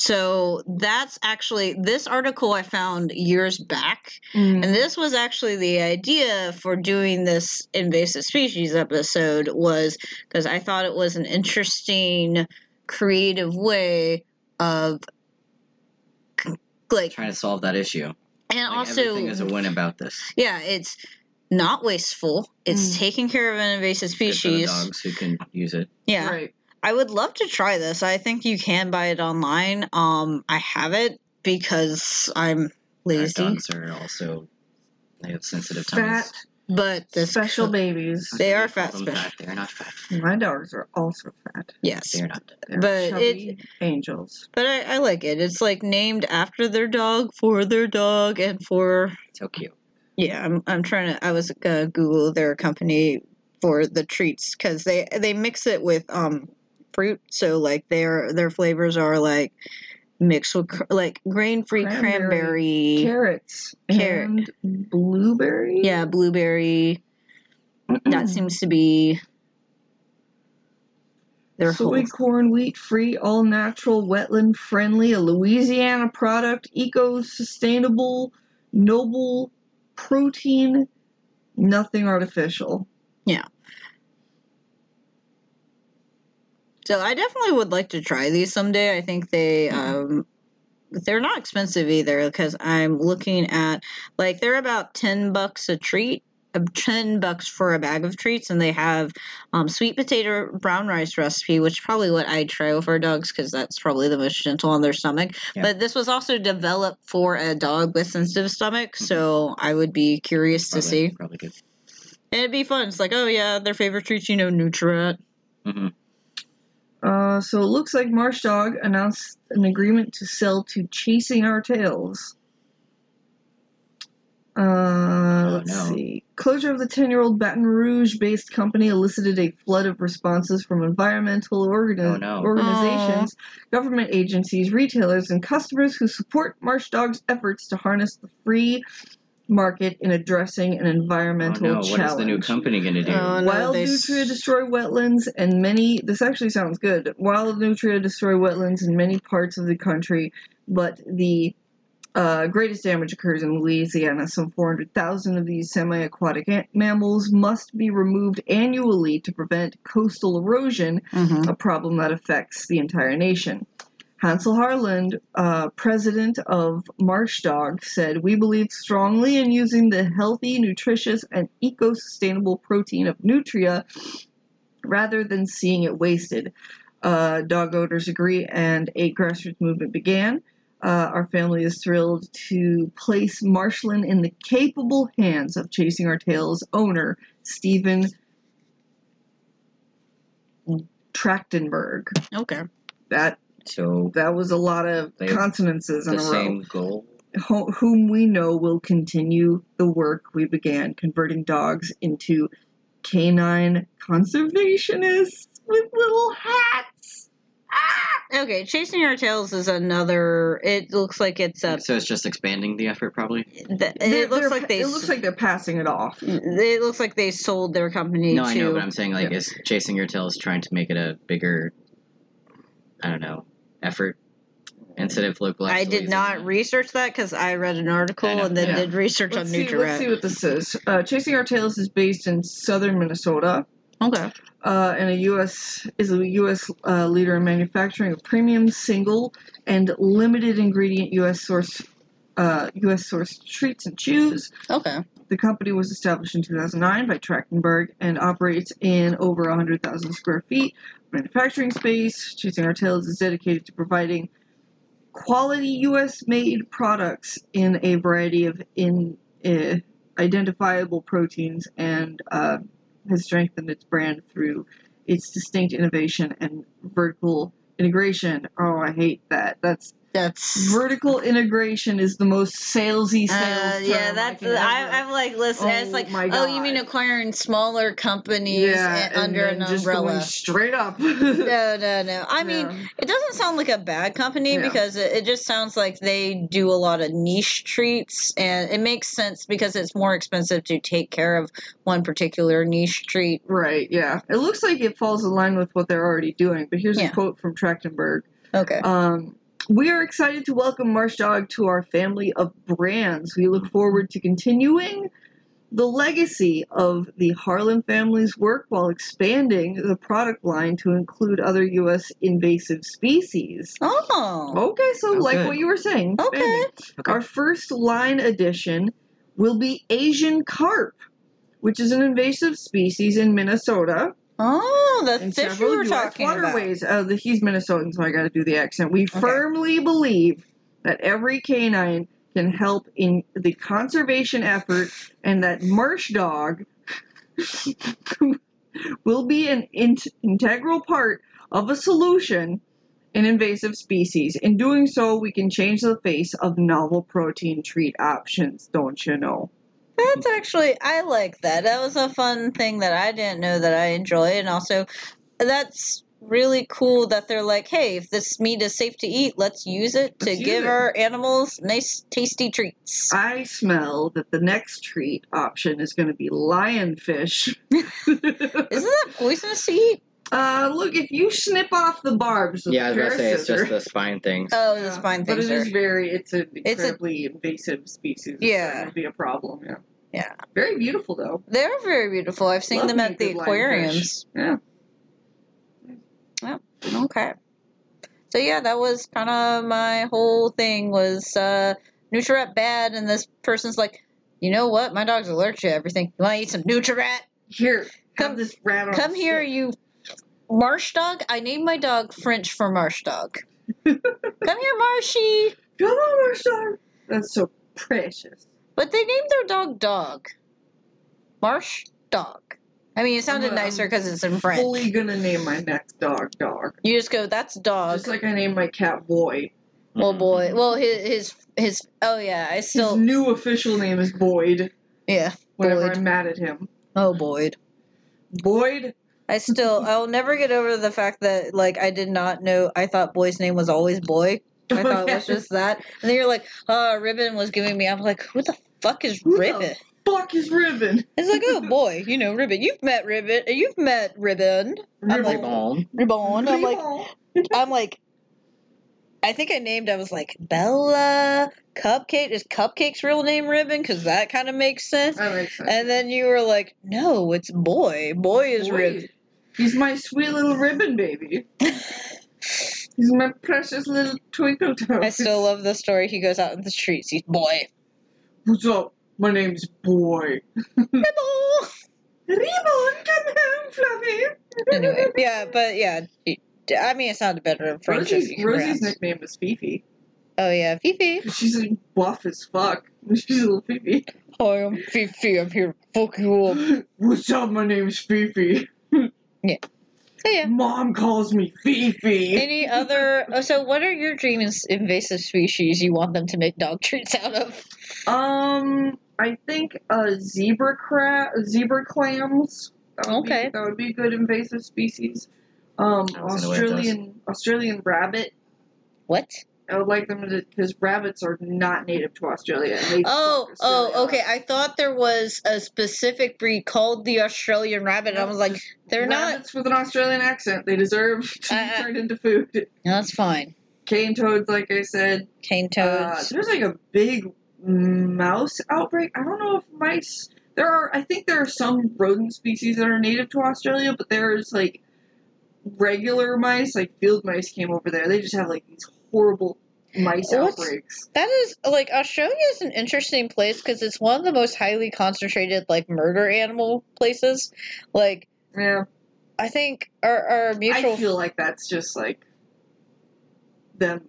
S2: So that's actually this article I found years back
S4: Mm.
S3: Mm-hmm.
S2: and this was actually the idea for doing this invasive species episode was because I thought it was an interesting, creative way of like
S3: Trying to solve that issue.
S2: and
S3: Like,
S2: also
S3: everything is a win about this.
S2: yeah, it's not wasteful. It's
S4: Mm.
S2: taking care of an invasive
S3: Good for the
S2: species.
S3: dogs who can use it.
S2: Yeah.
S4: Right.
S2: I would love to try this. I think you can buy it online. Um I haven't because I'm
S3: Our
S2: lazy.
S3: dogs are also they have sensitive tummies.
S4: Fat
S2: But this
S4: special babies.
S2: They are
S3: We call
S2: fat
S3: them
S2: special.
S3: fat. They are not fat.
S4: My dogs are also fat.
S2: yes.
S3: They are not.
S4: They're
S2: But
S4: chubby angels.
S2: But I, I like it. It's like named after their dog, for their dog, and for
S3: So cute.
S2: yeah. I'm I'm trying to. I was gonna Google their company for the treats because they they mix it with um fruit. So like their their flavors are like mixed with cr- like grain free cranberry.
S4: Cranberry. Carrots
S2: Carrot.
S4: and blueberry.
S2: yeah, blueberry.
S3: Mm.
S2: That seems to be their whole.
S4: soy corn wheat free, all natural, wetland friendly, a Louisiana product, eco sustainable, noble protein, nothing artificial.
S2: So I definitely would like to try these someday. I think
S3: Mm.
S2: they um they're not expensive either because I'm looking at like they're about 10 bucks a treat. uh, 10 bucks for a bag of treats and they have um, sweet potato brown rice recipe which is probably what i try with our dogs because that's probably the most gentle on their stomach
S3: Yeah.
S2: but this was also developed for a dog with sensitive stomach so i would be curious to
S3: Mm-hmm. Probably,
S2: see
S3: Probably good.
S2: and it'd be fun it's like oh yeah their favorite treats you know nutri
S3: hmm
S4: Uh, so it looks like Marsh Dog announced an agreement to sell to Chasing Our Tails. Uh,
S3: Oh,
S4: let's
S3: no.
S4: see. Closure of the 10 year old Baton Rouge based company elicited a flood of responses from environmental organi-
S3: Oh, no.
S4: organizations, government agencies, retailers, and customers who support Marsh Dog's efforts to harness the free market in addressing an
S3: Oh
S4: environmental
S3: no!
S4: challenge.
S3: What is the new company going to do?
S2: Oh, no,
S4: Wild
S2: they s-
S4: nutria destroy wetlands and many. This actually sounds good. Wild nutria destroy wetlands in many parts of the country, but the uh, greatest damage occurs in Louisiana. Some 400,000 of these semi aquatic mammals must be removed annually to prevent coastal erosion,
S2: mm-hmm.
S4: a problem that affects the entire nation. Hansel Harland, uh, president of Marsh Dog, said, We believe strongly in using the healthy, nutritious, and eco sustainable protein of nutria rather than seeing it wasted. Uh, dog owners agree, and a grassroots movement began. Uh, our family is thrilled to place Marshland in the capable hands of Chasing Our Tails owner, Stephen Trachtenberg.
S2: okay
S4: That
S3: So
S4: that was a lot of
S3: They-
S4: consonances in
S3: the
S4: a row.
S3: same goal.
S4: Ho- whom we know will continue the work we began converting dogs into canine conservationists with little hats. Ah!
S2: Okay, chasing our tails is another. It looks like it's a.
S3: So it's just expanding the effort, probably.
S2: th-
S4: They're-
S2: It looks
S4: they're-
S2: like they. Mm,
S4: It looks like they're passing it off.
S2: It looks like they sold their company
S3: No,
S2: to.
S3: I know, but I'm saying like
S4: Yeah.
S3: is chasing your tail is trying to make it a bigger, I don't know, effort instead of localized.
S2: I did
S3: solutions.
S2: not research that because I read an article
S3: I know,
S2: and then
S4: yeah.
S2: did research
S4: Let's
S2: on New
S4: see, let's
S2: Direct.
S4: see what this is. Uh, Chasing Our Tails is based in southern Minnesota.
S2: Okay.
S4: uh, and a U.S. is a U.S. Uh, leader in manufacturing of premium, single, and limited ingredient U.S. source uh, U.S. source treats and chews.
S2: Okay.
S4: The company was established in 2009 by Trachtenberg and operates in over 100,000 square feet of manufacturing space. Chasing Our Tails is dedicated to providing quality U.S. made products in a variety of in uh, identifiable proteins and uh, has strengthened its brand through its distinct innovation and vertical integration. Oh, I hate that. That's
S2: That's.
S4: vertical integration is the most salesy sales.
S2: Uh, yeah,
S4: term
S2: that's.
S4: can ever-
S2: I, I'm like, listen, it's
S4: Oh
S2: like,
S4: my
S2: oh, you
S4: God.
S2: mean acquiring smaller companies and under an
S4: and then just going
S2: umbrella?
S4: straight up.
S2: No, no, no. I mean,
S4: Yeah.
S2: It doesn't sound like a bad company
S4: Yeah.
S2: because it, it just sounds like they do a lot of niche treats, and it makes sense because it's more expensive to take care of one particular niche treat.
S4: Right, yeah. It looks like it falls in line with what they're already doing, but here's
S2: Yeah.
S4: a quote from Trachtenberg.
S2: Okay.
S4: Um, we are excited to welcome Marsh Dog to our family of brands. We look forward to continuing the legacy of the Harlan family's work while expanding the product line to include other U.S. invasive species.
S2: Oh.
S4: Okay, so
S3: Oh,
S4: like
S3: good.
S4: what you were saying.
S2: Okay.
S4: expanding.
S3: Okay.
S4: Our first line addition will be Asian carp, which is an invasive species in Minnesota.
S2: Oh, the
S4: In
S2: fish you
S4: several
S2: were
S4: US
S2: talking about.
S4: waterways. Oh, the, he's Minnesotan, so I got to do the accent. We firmly believe that every canine can help in the conservation effort, and that marsh dog will be an in- integral part of a solution in invasive species. In doing so, we can change the face of novel protein treat options. Don't you know?
S2: That's actually, I like that. That was a fun thing that I didn't know that I enjoy, and also that's really cool that they're like, hey, if this meat is safe to eat, let's use it to
S4: Let's use
S2: give
S4: it.
S2: our animals nice, tasty treats.
S4: I smell that the next treat option is going to be lionfish.
S2: Isn't that poisonous to eat?
S4: Uh, look, if you snip off the barbs with
S3: Yeah, I
S4: a
S3: was
S4: pair
S3: about to say
S4: of
S3: it's just
S4: scissors-
S3: the spine things.
S2: Oh,
S4: Yeah,
S2: the spine
S4: But
S2: things
S4: it
S2: are.
S4: is very, it's an
S2: a-
S4: incredibly invasive species. It's
S2: Yeah.
S4: going to be a problem, yeah.
S2: Yeah.
S4: Very beautiful, though.
S2: They're very beautiful. I've seen
S4: Love
S2: them
S4: me
S2: at
S4: a
S2: the
S4: good lionfish.
S2: aquariums. Mm,
S4: Yeah.
S2: Okay. So yeah, that was kind of my whole thing was uh Nutri-Rat bad, and this person's like, you know what? My dog's allergic to everything. You want to eat some Nutri-Rat?
S4: Here, come
S2: Come-
S4: this rat on
S2: Come
S4: a
S2: here,
S4: stick.
S2: you marsh dog. I named my dog French for marsh dog. Come here, Marshy.
S4: Come on, Marshall. That's so precious.
S2: But they named their dog Dog. Marsh Dog. I mean, it sounded
S4: I'm a-
S2: nicer because it's in French.
S4: Fully gonna name my next dog dog.
S2: You just go, that's dog.
S4: Just like I named my cat boy.
S2: Well,
S3: Mhm.
S2: Oh, boy. Well, his his his. Oh yeah, I
S4: His
S2: still
S4: new official name is Boyd.
S2: yeah.
S4: Whenever
S2: Boyd.
S4: I'm mad at him,
S2: Oh Boyd.
S4: Boyd.
S2: I still I'll never get over the fact that like I did not know I thought boy's name was always boy. I thought it was just that. And then you're like, oh, ribbon was giving me. I'm like, who the fuck is
S4: Who the-
S2: ribbon?
S4: fuck his ribbon.
S2: It's like, oh boy, you know ribbon. You've met ribbon. uh, You've met ribbon. I'm like-
S3: Ribbon.
S2: Ribbon. I'm like,
S4: Ribbon.
S2: I'm like. I think I named. I was like Bella Cupcake. Is Cupcake's real name Ribbon? Because that kind of makes sense.
S4: That makes sense.
S2: And then you were like, no, it's boy. Boy is ribbon.
S4: Boyd. He's my sweet little ribbon baby. He's my precious little twinkle toes.
S2: I still love the story. He goes out in the streets. He's boy.
S4: What's up? My name's Boy.
S2: Hmm. Ribble!
S4: Ribbon, come home, Fluffy.
S2: anyway, yeah, but yeah. he- I mean, it sounded better in French. if you
S4: Rosie's,
S2: can
S4: Rosie's
S2: pronounce.
S4: nickname is Fifi.
S2: Oh, yeah. Fifi.
S4: 'cause She's buff as fuck. She's a little Fifi.
S2: Oh, I'm Fifi. I'm here to fuck you up.
S4: What's up? My name's Fifi.
S2: So, yeah.
S4: Mom calls me Fifi.
S2: Any other. Oh, so, what are your dream ins- invasive species you want them to make dog treats out of?
S4: Um, I think uh, zebra crab, zebra clams. That would be-
S2: Okay.
S4: that would be a good invasive species. Um,
S3: I was gonna wear those.
S4: Australian Australian rabbit.
S2: What?
S4: I would like them to because rabbits are not native to Australia. And they
S2: Oh,
S4: fuck Australia
S2: oh,
S4: up.
S2: okay. I thought there was a specific breed called the Australian rabbit, and I was like, they're not.
S4: rabbits with an Australian accent. They deserve to
S2: Uh,
S4: be
S2: uh.
S4: turned into food.
S2: No, that's fine.
S4: Cane toads, like I said,
S2: Cane
S4: Uh,
S2: toads.
S4: there's like a big mouse outbreak. I don't know if mice. There are. I think there are some rodent species that are native to Australia, but there's like regular mice, like field mice, came over there. They just have like these horrible mice
S2: What?
S4: outbreaks.
S2: that is like Australia is an interesting place because it's one of the most highly concentrated like murder animal places. Like
S4: Yeah,
S2: I think our our mutual
S4: I feel like that's just like them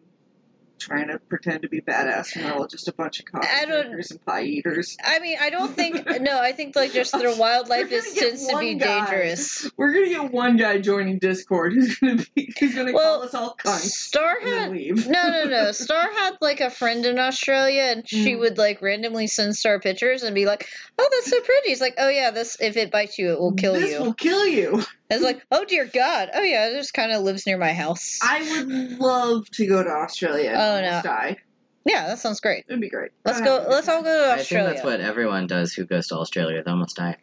S4: trying to pretend to be badass and they're all just a bunch of coffee
S2: I don't-
S4: drinkers and pie eaters.
S2: I mean, I don't think. No, I think like just their wildlife
S4: We're
S2: is
S4: gonna get
S2: tends to be
S4: one guy.
S2: dangerous.
S4: We're gonna get one guy joining Discord who's gonna be who's gonna
S2: Well,
S4: call us all cunts.
S2: Star
S4: and then
S2: had
S4: leave.
S2: no, no, no. Star had like a friend in Australia, and she
S4: Mm.
S2: would like randomly send Star pictures and be like, "Oh, that's so pretty." It's like, "Oh yeah, this if it bites you, it will kill
S4: this
S2: you."
S4: will kill you.
S2: It's like, "Oh dear God, oh yeah, it just kind of lives near my house."
S4: I would love to go to Australia and
S2: Oh,
S4: almost die.
S2: yeah, that sounds great.
S4: It'd be great. Uh,
S2: Let's
S4: I'd
S2: go.
S4: have a good
S2: Let's all
S4: time.
S2: go to
S3: I think
S2: Australia.
S3: that's what everyone does who goes to Australia. They almost die.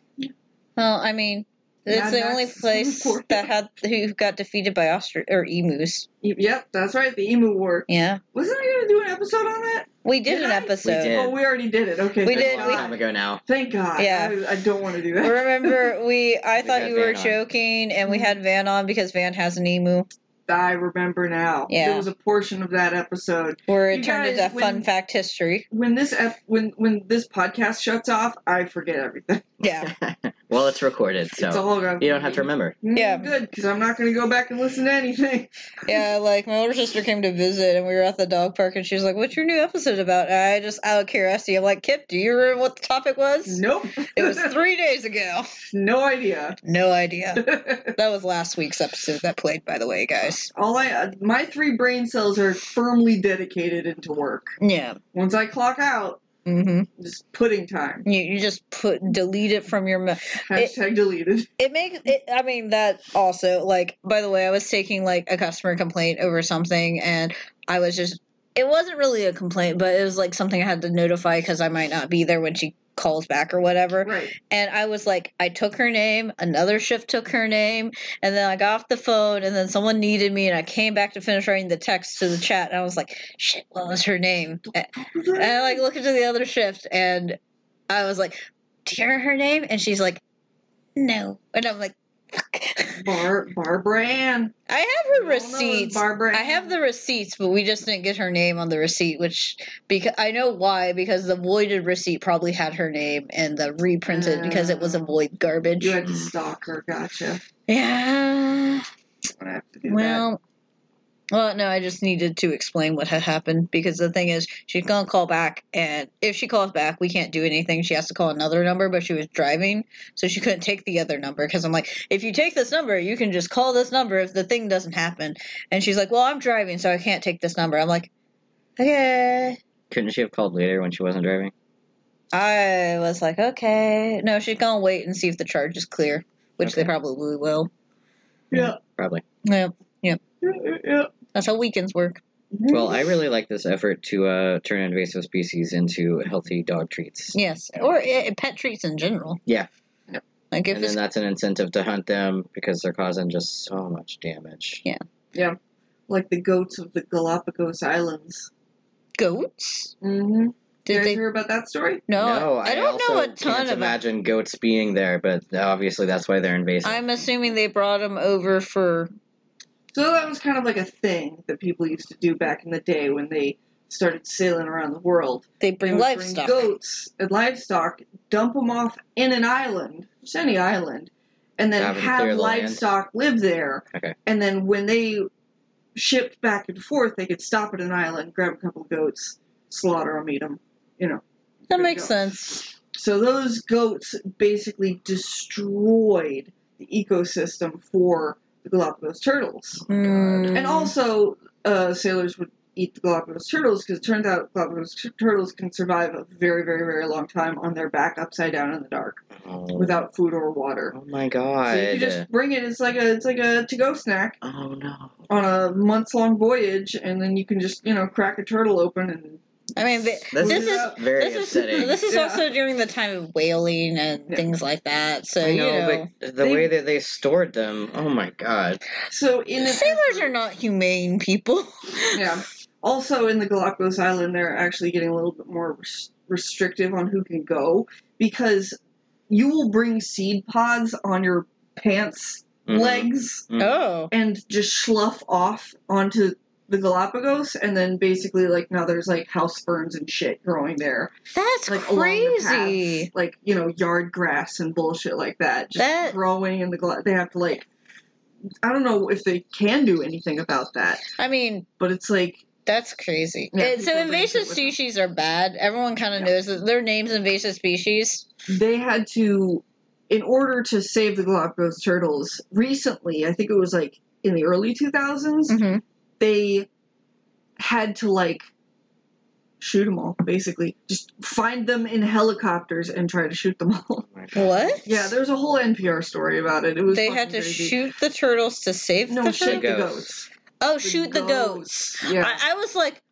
S2: well, I mean, it's
S4: Mad
S2: the
S4: Max
S2: only
S4: is
S2: place
S4: coming for
S2: that had who got defeated by Austri- or emus.
S4: Yep, that's right. The emu war.
S2: Yeah,
S4: Wasn't I gonna do an episode on that?
S2: we did,
S4: Did
S2: an
S4: I? We
S2: episode.
S3: did.
S4: Oh, we already did it. Okay.
S2: We
S3: That's
S4: thank
S2: did,
S3: A
S4: God.
S3: long time ago now.
S4: Thank God.
S2: Yeah.
S4: I, I don't want to do
S2: I
S4: that.
S2: remember we i
S3: We
S2: thought
S3: had
S2: you were
S3: Van on. Mm-hmm.
S2: joking and we had van on because van has an emu
S4: I remember now.
S2: Yeah.
S4: There was a portion of that episode
S2: where it
S4: You
S2: turned
S4: guys,
S2: into fun
S4: when-
S2: fact history
S4: when this ep- when when this podcast shuts off, I forget everything.
S2: yeah
S3: well, it's recorded, so
S4: it's all gone.
S3: you don't have to remember.
S4: Mm,
S2: Yeah.
S4: good because I'm not going to go back and listen to anything.
S2: yeah like my older sister came to visit and we were at the dog park and she was like what's your new episode about and i just out of curiosity i'm like kip do you remember what the topic was
S4: Nope,
S2: it was three days ago
S4: no idea.
S2: no idea that was last week's episode that played by the way guys
S4: all I uh, my three brain cells are firmly dedicated into work.
S2: yeah
S4: Once I clock out,
S2: hmm
S4: just pudding time.
S2: you, you just put delete it from your me-
S4: Hashtag deleted.
S2: It makes it. I mean, that also. Like, by the way, I was taking like a customer complaint over something, and I was just. It wasn't really a complaint, but it was like something I had to notify because I might not be there when she calls back or whatever.
S4: Right.
S2: And I was like, I took her name. Another shift took her name, and then I got off the phone, and then someone needed me, and I came back to finish writing the text to the chat, and I was like, shit, what was her name? And I like look into the other shift and I was like, Do you remember her name? And she's like, No. And I'm like, Fuck.
S4: Bar Barbara Ann.
S2: I
S4: We
S2: have
S4: all
S2: her
S4: know it's
S2: receipts.
S4: Barbara.
S2: I have the receipts, but we just didn't get her name on the receipt, which because I know why, because the voided receipt probably had her name and the reprinted because it was
S4: Ah.
S2: a void garbage.
S4: You had to stalk her. Gotcha.
S2: yeah.
S4: I have to do that.
S2: Well, well, no, I just needed to explain what had happened because the thing is, she's gonna call back, and if she calls back, we can't do anything. She has to call another number, but she was driving, so she couldn't take the other number. Because I'm like, if you take this number, you can just call this number if the thing doesn't happen. And she's like, well, I'm driving, so I can't take this number. I'm like, okay.
S3: Couldn't she have called later when she wasn't driving?
S2: I was like, okay. No, she's gonna wait and see if the charge is clear, which they
S3: Okay.
S2: probably will.
S4: Yeah.
S3: Probably.
S2: Yep.
S4: Yeah. yeah,
S2: That's how weekends work.
S4: yeah.
S3: Well, I really like this effort to uh, turn invasive species into healthy dog treats.
S2: Yes, or i pet treats in general.
S3: Yeah.
S4: Yep.
S2: Like if
S3: and
S2: it's
S3: then that's an incentive to hunt them because they're causing just so much damage.
S4: like the goats of the Galapagos Islands.
S3: uh,
S2: goats,
S4: Mm-hmm. Did you
S2: did
S4: guys
S2: they?
S4: hear about that story?
S2: No,
S3: no,
S2: I, don't
S3: also
S2: know a
S3: can't
S2: ton about.
S3: imagine goats being there, but obviously that's why they're invasive.
S2: I'm assuming they brought them over for.
S4: So that was kind of like a thing that people used to do back in the day when they started sailing around the world.
S2: They
S4: They
S2: bring
S4: would
S2: livestock.
S4: bring goats and livestock, dump them off in an island, just any island, and then
S3: Have 'em
S4: have,
S3: clear the land?
S4: livestock live there.
S3: Okay.
S4: And then when they shipped back and forth, they could stop at an island, grab a couple of goats, slaughter them, eat them. You know.
S2: that
S4: good
S2: makes
S4: goat.
S2: sense.
S4: So those goats basically destroyed the ecosystem for the Galapagos turtles.
S3: Oh
S2: Mm.
S4: And also, uh, sailors would eat the Galapagos turtles because it turns out Galapagos tur- turtles can survive a very, very, very long time on their back upside down in the dark.
S3: oh Oh,
S4: without food or water.
S3: oh my god.
S4: So you could just bring it. It's like a it's like a to go snack
S3: oh no.
S4: on a months long voyage, and then you can just you know crack a turtle open and
S2: I mean, th-
S3: This,
S2: this
S3: is,
S2: is
S3: very
S2: this
S3: upsetting.
S2: is this is
S4: Yeah.
S2: also during the time of whaling and
S4: Yeah.
S2: things like that. So
S3: I know,
S2: you know,
S3: but the
S4: They-
S3: way that they stored them, oh my god.
S4: so in an
S2: sailors
S4: effort-
S2: are not humane people.
S4: yeah. Also in the Galapagos Island, they're actually getting a little bit more res- restrictive on who can go because you will bring seed pods on your pants
S3: Mhm.
S4: legs
S3: Mhm.
S2: Oh,
S4: and just slough off onto the Galapagos, and then basically like now there's like house ferns and shit growing there,
S2: that's
S4: like along the
S2: crazy.
S4: paths, like you know yard grass and bullshit like that, just
S2: That-
S4: growing in the. Gla- they have to like, I don't know if they can do anything about that,
S2: I mean,
S4: but it's like
S2: That's crazy.
S4: Yeah,
S2: Uh,
S4: people
S2: so
S4: bring
S2: invasive
S4: shit with them.
S2: species are bad. Everyone kind of
S4: Yeah.
S2: knows that their name's invasive species.
S4: they had to, in order to save the Galapagos turtles, recently, I think it was like in the early 2000s,
S2: Mm-hmm.
S4: they had to like shoot them all, basically. Just find them in helicopters and try to shoot them all.
S3: Oh my god.
S2: What?
S4: yeah, there's a whole NPR story about it. It was
S2: They had to
S4: fucking crazy.
S2: shoot the turtles to save
S4: No,
S2: the turtles.
S4: shoot the
S3: Goats.
S4: goats.
S2: Oh,
S4: The
S2: shoot the goats.
S4: Yeah.
S2: I, I was like,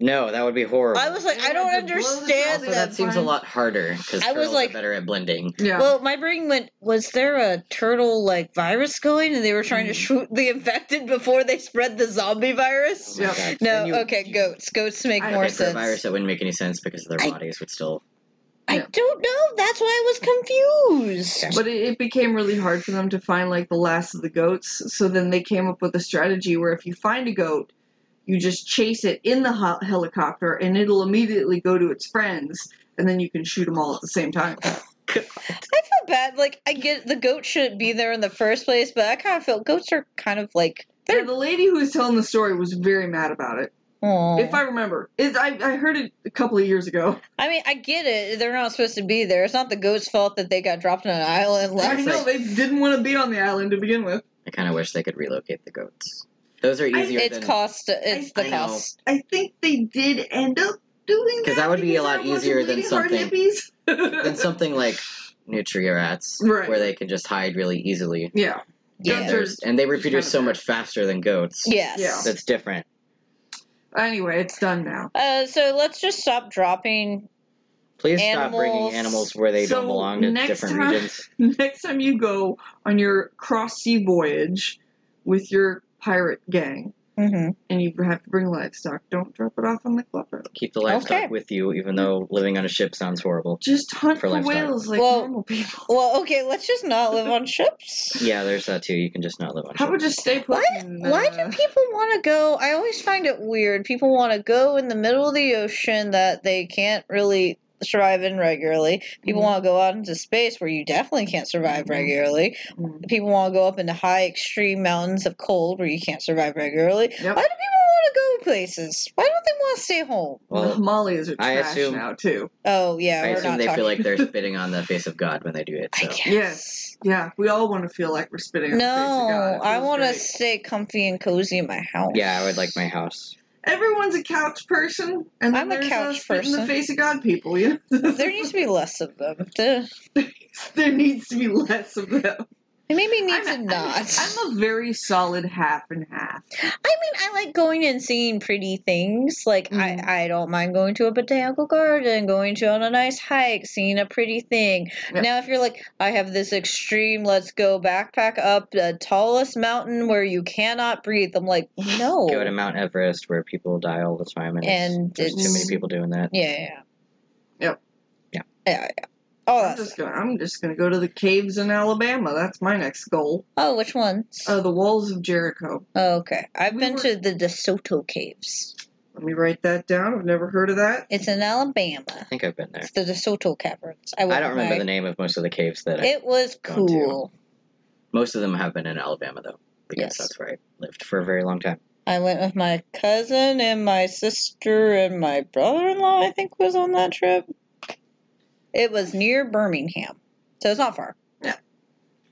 S3: No, that would be horrible.
S2: I was like,
S4: They
S2: I
S4: had
S2: don't
S4: to blow the
S2: understand
S4: turtles
S3: also,
S4: up.
S2: that.
S3: Oh, that seems a
S4: fine.
S3: lot harder because
S2: I was
S3: turtles
S2: like-
S3: are better at blending.
S4: yeah.
S2: Well, my brain went, was there a turtle like virus going, and they were trying to
S4: Mm.
S2: shoot the infected before they spread the zombie virus?
S4: Yeah.
S3: Oh god.
S2: No,
S3: Then you-
S2: okay, goats. Goats make
S4: I
S2: more
S3: If they're a
S2: sense.
S3: virus, that wouldn't make any sense because their
S2: I-
S3: bodies would still.
S2: I
S4: Yeah.
S2: don't know. That's why I was confused.
S4: but it, it became really hard for them to find like the last of the goats so then they came up with a strategy where if you find a goat you just chase it in the hel- helicopter and it'll immediately go to its friends and then you can shoot them all at the same time
S2: I feel bad. Like I get the goat shouldn't be there in the first place, but I kind of feel goats are kind of like
S4: yeah,
S2: they're.
S4: the lady who was telling the story was very mad about it
S2: Aw.
S4: if i remember it, I, I heard it a couple of years ago
S2: I mean, I get it. They're not supposed to be there. It's not the goat's fault that they got dropped on an island.
S4: i
S2: Last
S4: know they didn't want to be on the island to begin with
S3: I kind of wish they could relocate the goats. Those are easier
S2: it's
S3: than
S2: cost. It's
S3: I-
S2: the
S3: I know.
S2: cost.
S4: i think they did end up doing
S3: 'Cause that would be a
S4: because
S3: lot
S4: there was
S3: easier than
S4: bleeding heart
S3: something-
S4: hippies.
S3: than something like nutria rats,
S4: Right.
S3: where they can just hide really easily.
S4: yeah
S2: Yeah.
S4: Goats are-
S3: There's- and they
S4: Just
S3: reproduce so
S4: kind of
S3: much faster than goats.
S2: Yes.
S3: That's different.
S4: Anyway, it's done now.
S2: Uh, so let's just stop dropping.
S3: Please stop bringing
S2: Animals.
S3: animals where they
S4: So
S3: don't belong to
S4: next
S3: different
S4: time-
S3: regions.
S4: Next time you go on your cross sea voyage with your pirate gang
S2: Mhm.
S4: and you have to bring livestock, don't drop it off on the club road.
S3: Keep the livestock
S2: Okay.
S3: with you, even though living on a ship sounds horrible.
S4: Just hunt
S3: For
S4: for,
S3: livestock.
S4: whales like
S2: Well,
S4: normal people.
S2: Well, okay. Let's just not live on ships.
S3: Yeah, there's that too. You can just not live on
S4: How
S3: ships.
S4: about just stay put?
S2: Why,
S4: and,
S2: why do
S4: uh,
S2: people want to go? I always find it weird. People want to go in the middle of the ocean that they can't really survive in regularly. People
S4: Mhm.
S3: Mm-hmm.
S2: want to go out into space where you definitely can't survive
S4: Mhm.
S2: regularly.
S4: mm,
S2: People want to go up into high, extreme mountains of cold where you can't survive regularly.
S4: Yep.
S2: Why do people want to go places? Why don't they want to stay home?
S4: the
S3: Well,
S4: Himalayas are
S3: I
S4: trash
S3: assume-
S4: now too.
S2: Oh yeah,
S3: I
S2: we're
S3: assume
S2: not
S3: they
S2: talking.
S3: feel like they're spitting on the face of God when they do it.
S2: I
S3: So.
S2: guess.
S4: Yes. Yeah, we all want to feel like we're spitting. on the face of God.
S3: "Ah,
S2: No,
S4: It
S2: I
S4: feels
S2: want to
S4: great.
S2: stay comfy and cozy in my house.
S3: Yeah, I would like my house.
S4: Everyone's a couch person, and then
S2: I'm a
S4: there's
S2: couch
S4: us spitting the
S2: person.
S4: face of God people. You know?
S2: There needs to be less of them. The-
S4: there needs to be less of them.
S2: They maybe need
S4: I'm
S2: to
S4: a-
S2: not. i
S4: I'm a very solid half and half.
S2: mean, I like going and seeing pretty things. Like,
S4: Mhm.
S2: I, I don't mind going to a botanical garden, going to on a nice hike, seeing a pretty thing.
S4: Yeah.
S2: Now, if you're like, I have this extreme, let's go backpack up the tallest mountain where you cannot breathe. I'm like, no.
S3: Go to Mount Everest where people die all the time, and, it's-
S2: Oh. and
S3: there's
S2: it's
S3: too many people doing that.
S2: yeah, yeah,
S4: Yep.
S2: yeah, yeah, yeah. Oh,
S4: I'm just gonna I'm just gonna go to the caves in Alabama. That's my next goal.
S2: oh, which ones?
S4: Uh, the walls of Jericho.
S2: oh, okay, I've
S4: we
S2: been
S4: were-
S2: to the DeSoto Caves.
S4: Let me write that down. I've never heard of that.
S2: It's in Alabama.
S3: I think I've been there.
S2: It's the DeSoto Caverns. I,
S3: I don't remember
S2: the
S3: the name of most of the caves that. I,
S2: It was
S3: gone to.
S2: cool.
S3: most of them have been in Alabama though, because
S2: Yes.
S3: that's where I lived for a very long time.
S2: I went with my cousin and my sister and my brother in law, I think, was on that trip. It was near Birmingham, so it's not far.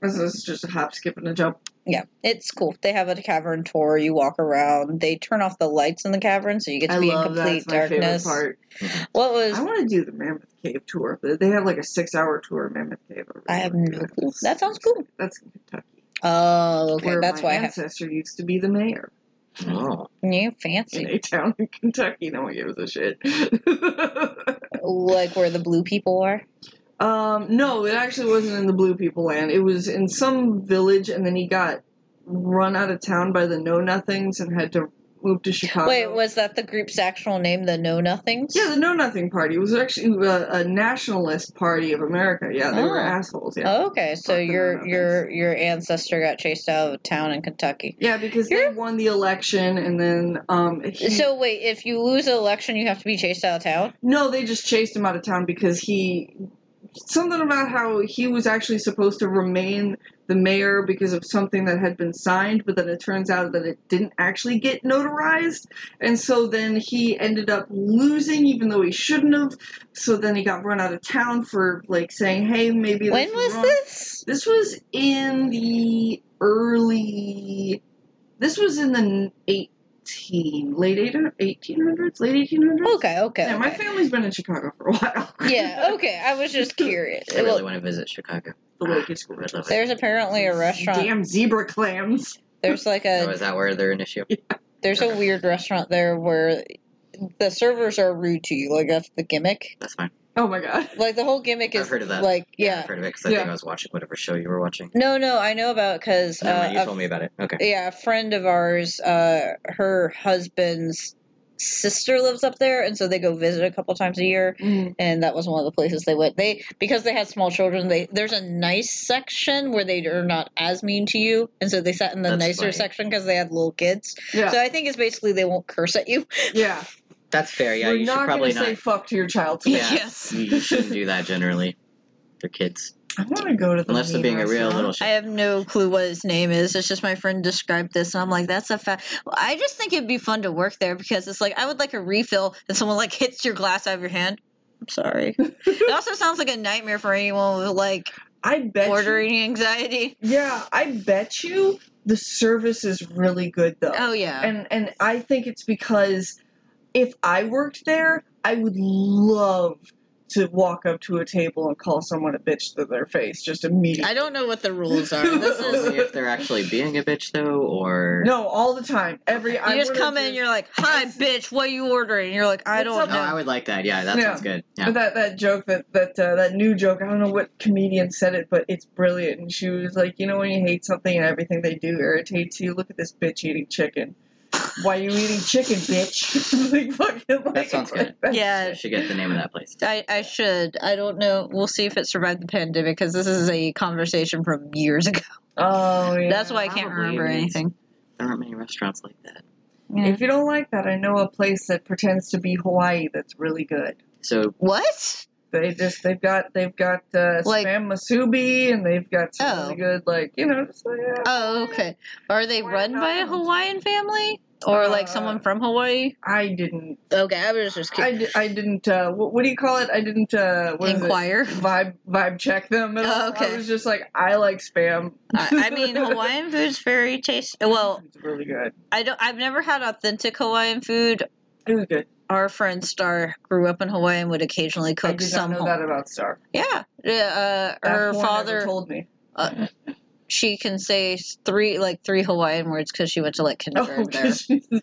S4: This is just a hop, skip, and a jump.
S2: Yeah, it's cool. They have a cavern tour. You walk around. They turn off the lights in the cavern, so you get to
S4: I
S2: be in
S4: love that.
S2: complete
S4: It's my
S2: darkness.
S4: favorite part.
S2: What was
S4: I want to do the Mammoth Cave tour, but they have like a six-hour tour of Mammoth Cave. over
S2: I have
S4: there. Oh
S2: no clue. That sounds cool.
S4: That's in Kentucky.
S2: Oh, okay.
S4: where
S2: That's
S4: my
S2: why I have
S4: ancestor used to be the mayor
S3: Oh.
S2: you fancy.
S4: in a town in Kentucky. No one gives a shit.
S2: Like where the blue people are.
S4: um, no, it actually wasn't in the Blue People Land. It was in some village, and then he got run out of town by the Know Nothings and had to move to Chicago.
S2: Wait, was that the group's actual name, the Know Nothings?
S4: Uh, Yeah, the Know Nothing Party was actually uh, a, a nationalist party of America. Yeah, they were
S2: Oh.
S4: assholes. Yeah.
S2: Oh, okay, so
S4: Fucking
S2: your
S4: Know-Nothings.
S2: your your ancestor got chased out of town in Kentucky.
S4: Yeah, because
S2: You're-
S4: they won the election, and then um, he-
S2: So wait, if you lose an election, you have to be chased out of town.
S4: no, they just chased him out of town because he something about how he was actually supposed to remain the mayor because of something that had been signed, but then it turns out that it didn't actually get notarized, and so then he ended up losing, even though he shouldn't have. So then he got run out of town for like saying, "Hey, maybe
S2: When
S4: this
S2: was
S4: wrong.
S2: this?
S4: This was in the early. This was in the eighteen, late eighteen hundreds, late eighteen hundreds.
S2: Okay, okay.
S4: Yeah, my
S2: okay.
S4: family's been in Chicago for a while.
S2: yeah, okay. I was just curious.
S3: I really
S2: Well,
S3: want to visit Chicago.
S4: the locust
S3: I would love it.
S2: there's apparently a restaurant.
S4: Damn zebra clams.
S2: There's like
S3: Oh,
S2: a
S3: is that where they're an issue?
S2: there's a weird restaurant there where the servers are rude to you. Like that's the gimmick.
S3: That's fine.
S4: Oh my god.
S2: Like the whole gimmick
S3: I've
S2: is
S3: heard of that.
S2: like
S3: I've
S2: yeah. Uh,
S3: heard of it because I
S4: Yeah.
S3: think I was watching whatever show you were watching.
S2: No, no, I know about because
S3: Never mind, you
S2: uh,
S3: told me about it. Okay.
S2: a, yeah, a friend of ours, uh, her husband's sister lives up there, and so they go visit a couple times a year. And that was one of the places they went. They because they had small children. They there's a nice section where they are not as mean to you, and so they sat in the
S3: That's
S2: nicer
S3: funny.
S2: section because they had little kids.
S4: Yeah.
S2: So I think it's basically they won't curse at you.
S4: yeah.
S3: That's fair. Yeah,
S4: We're
S3: you
S4: not
S3: should probably
S4: gonna
S3: not.
S4: say fuck to your child.
S3: Yeah. you shouldn't do that generally. They're kids.
S4: I want to go to the
S3: Unless they're being
S4: mean
S3: a real
S4: restaurant.
S3: little shit.
S2: I have no clue what his name is. It's just my friend described this, and I'm like, that's a fact. I just think it'd be fun to work there because it's like I would like a refill, and someone like hits your glass out of your hand. I'm sorry. it also sounds like a nightmare for anyone with like
S4: I bet. you-
S2: ordering anxiety.
S4: yeah, I bet you the service is really good though.
S2: Oh yeah.
S4: and and I think it's because if I worked there, I would love to walk up to a table and call someone a bitch to their face just immediately.
S2: I don't know what the rules are. This is
S3: Only if they're actually being a bitch, though, or
S4: No, all the time. Every
S2: you
S4: I
S2: just
S4: ordered
S2: come in,
S4: this-
S2: you're like, "Hi, bitch, what you ordering?" And you're like, "I
S4: What's
S2: don't
S4: up,
S3: Oh, I
S2: know."
S3: would like that. Yeah, that
S4: Yeah.
S3: sounds good. Yeah.
S4: But that that joke that that uh, that new joke. I don't know what comedian said it, but it's brilliant. And she was like, you know, when you hate something and everything they do irritates you. Look at this bitch eating chicken. Why you eating chicken, bitch? like fucking. Like,
S3: That sounds
S4: it's like
S3: good.
S4: that.
S2: Yeah,
S3: I should get the name of that place.
S2: I, I should. I don't know. We'll see if it survived the pandemic because this is a conversation from years ago.
S4: Oh yeah.
S2: That's why I can't
S3: probably
S2: remember
S3: it is.
S2: anything.
S3: There aren't many restaurants like that.
S2: Yeah.
S4: If you don't like that, I know a place that pretends to be Hawaii that's really good.
S3: So
S2: What?
S4: They just they've got they've got uh,
S2: Like-
S4: spam masubi and they've got some really
S2: Oh.
S4: good like you know just like, uh,
S2: Oh, okay. Are they
S4: Why
S2: run by a
S4: not?
S2: Hawaiian family or like
S4: Uh,
S2: someone from Hawaii?
S4: I didn't
S2: Okay, I was just
S4: I,
S2: kidding.
S4: di- I didn't uh, what, what do you call it I didn't uh, what is it?
S2: Inquire.
S4: vibe vibe check them at
S2: Oh,
S4: all.
S2: okay.
S4: I was just like I like spam
S2: I, I mean, Hawaiian food's very tasty. Well,
S4: it's really good
S2: I don't. I've never had authentic Hawaiian food.
S4: it was good
S2: Our friend Star grew up in Hawaii and would occasionally
S4: I
S2: cook
S4: did
S2: some.
S4: not know
S2: home-
S4: that about Star
S2: Yeah, yeah. Uh,
S4: That
S2: her
S4: whore never
S2: father.
S4: told me
S2: she can say three like three Hawaiian words because she went to like kindergarten
S4: oh,
S2: there.
S4: 'cause she's-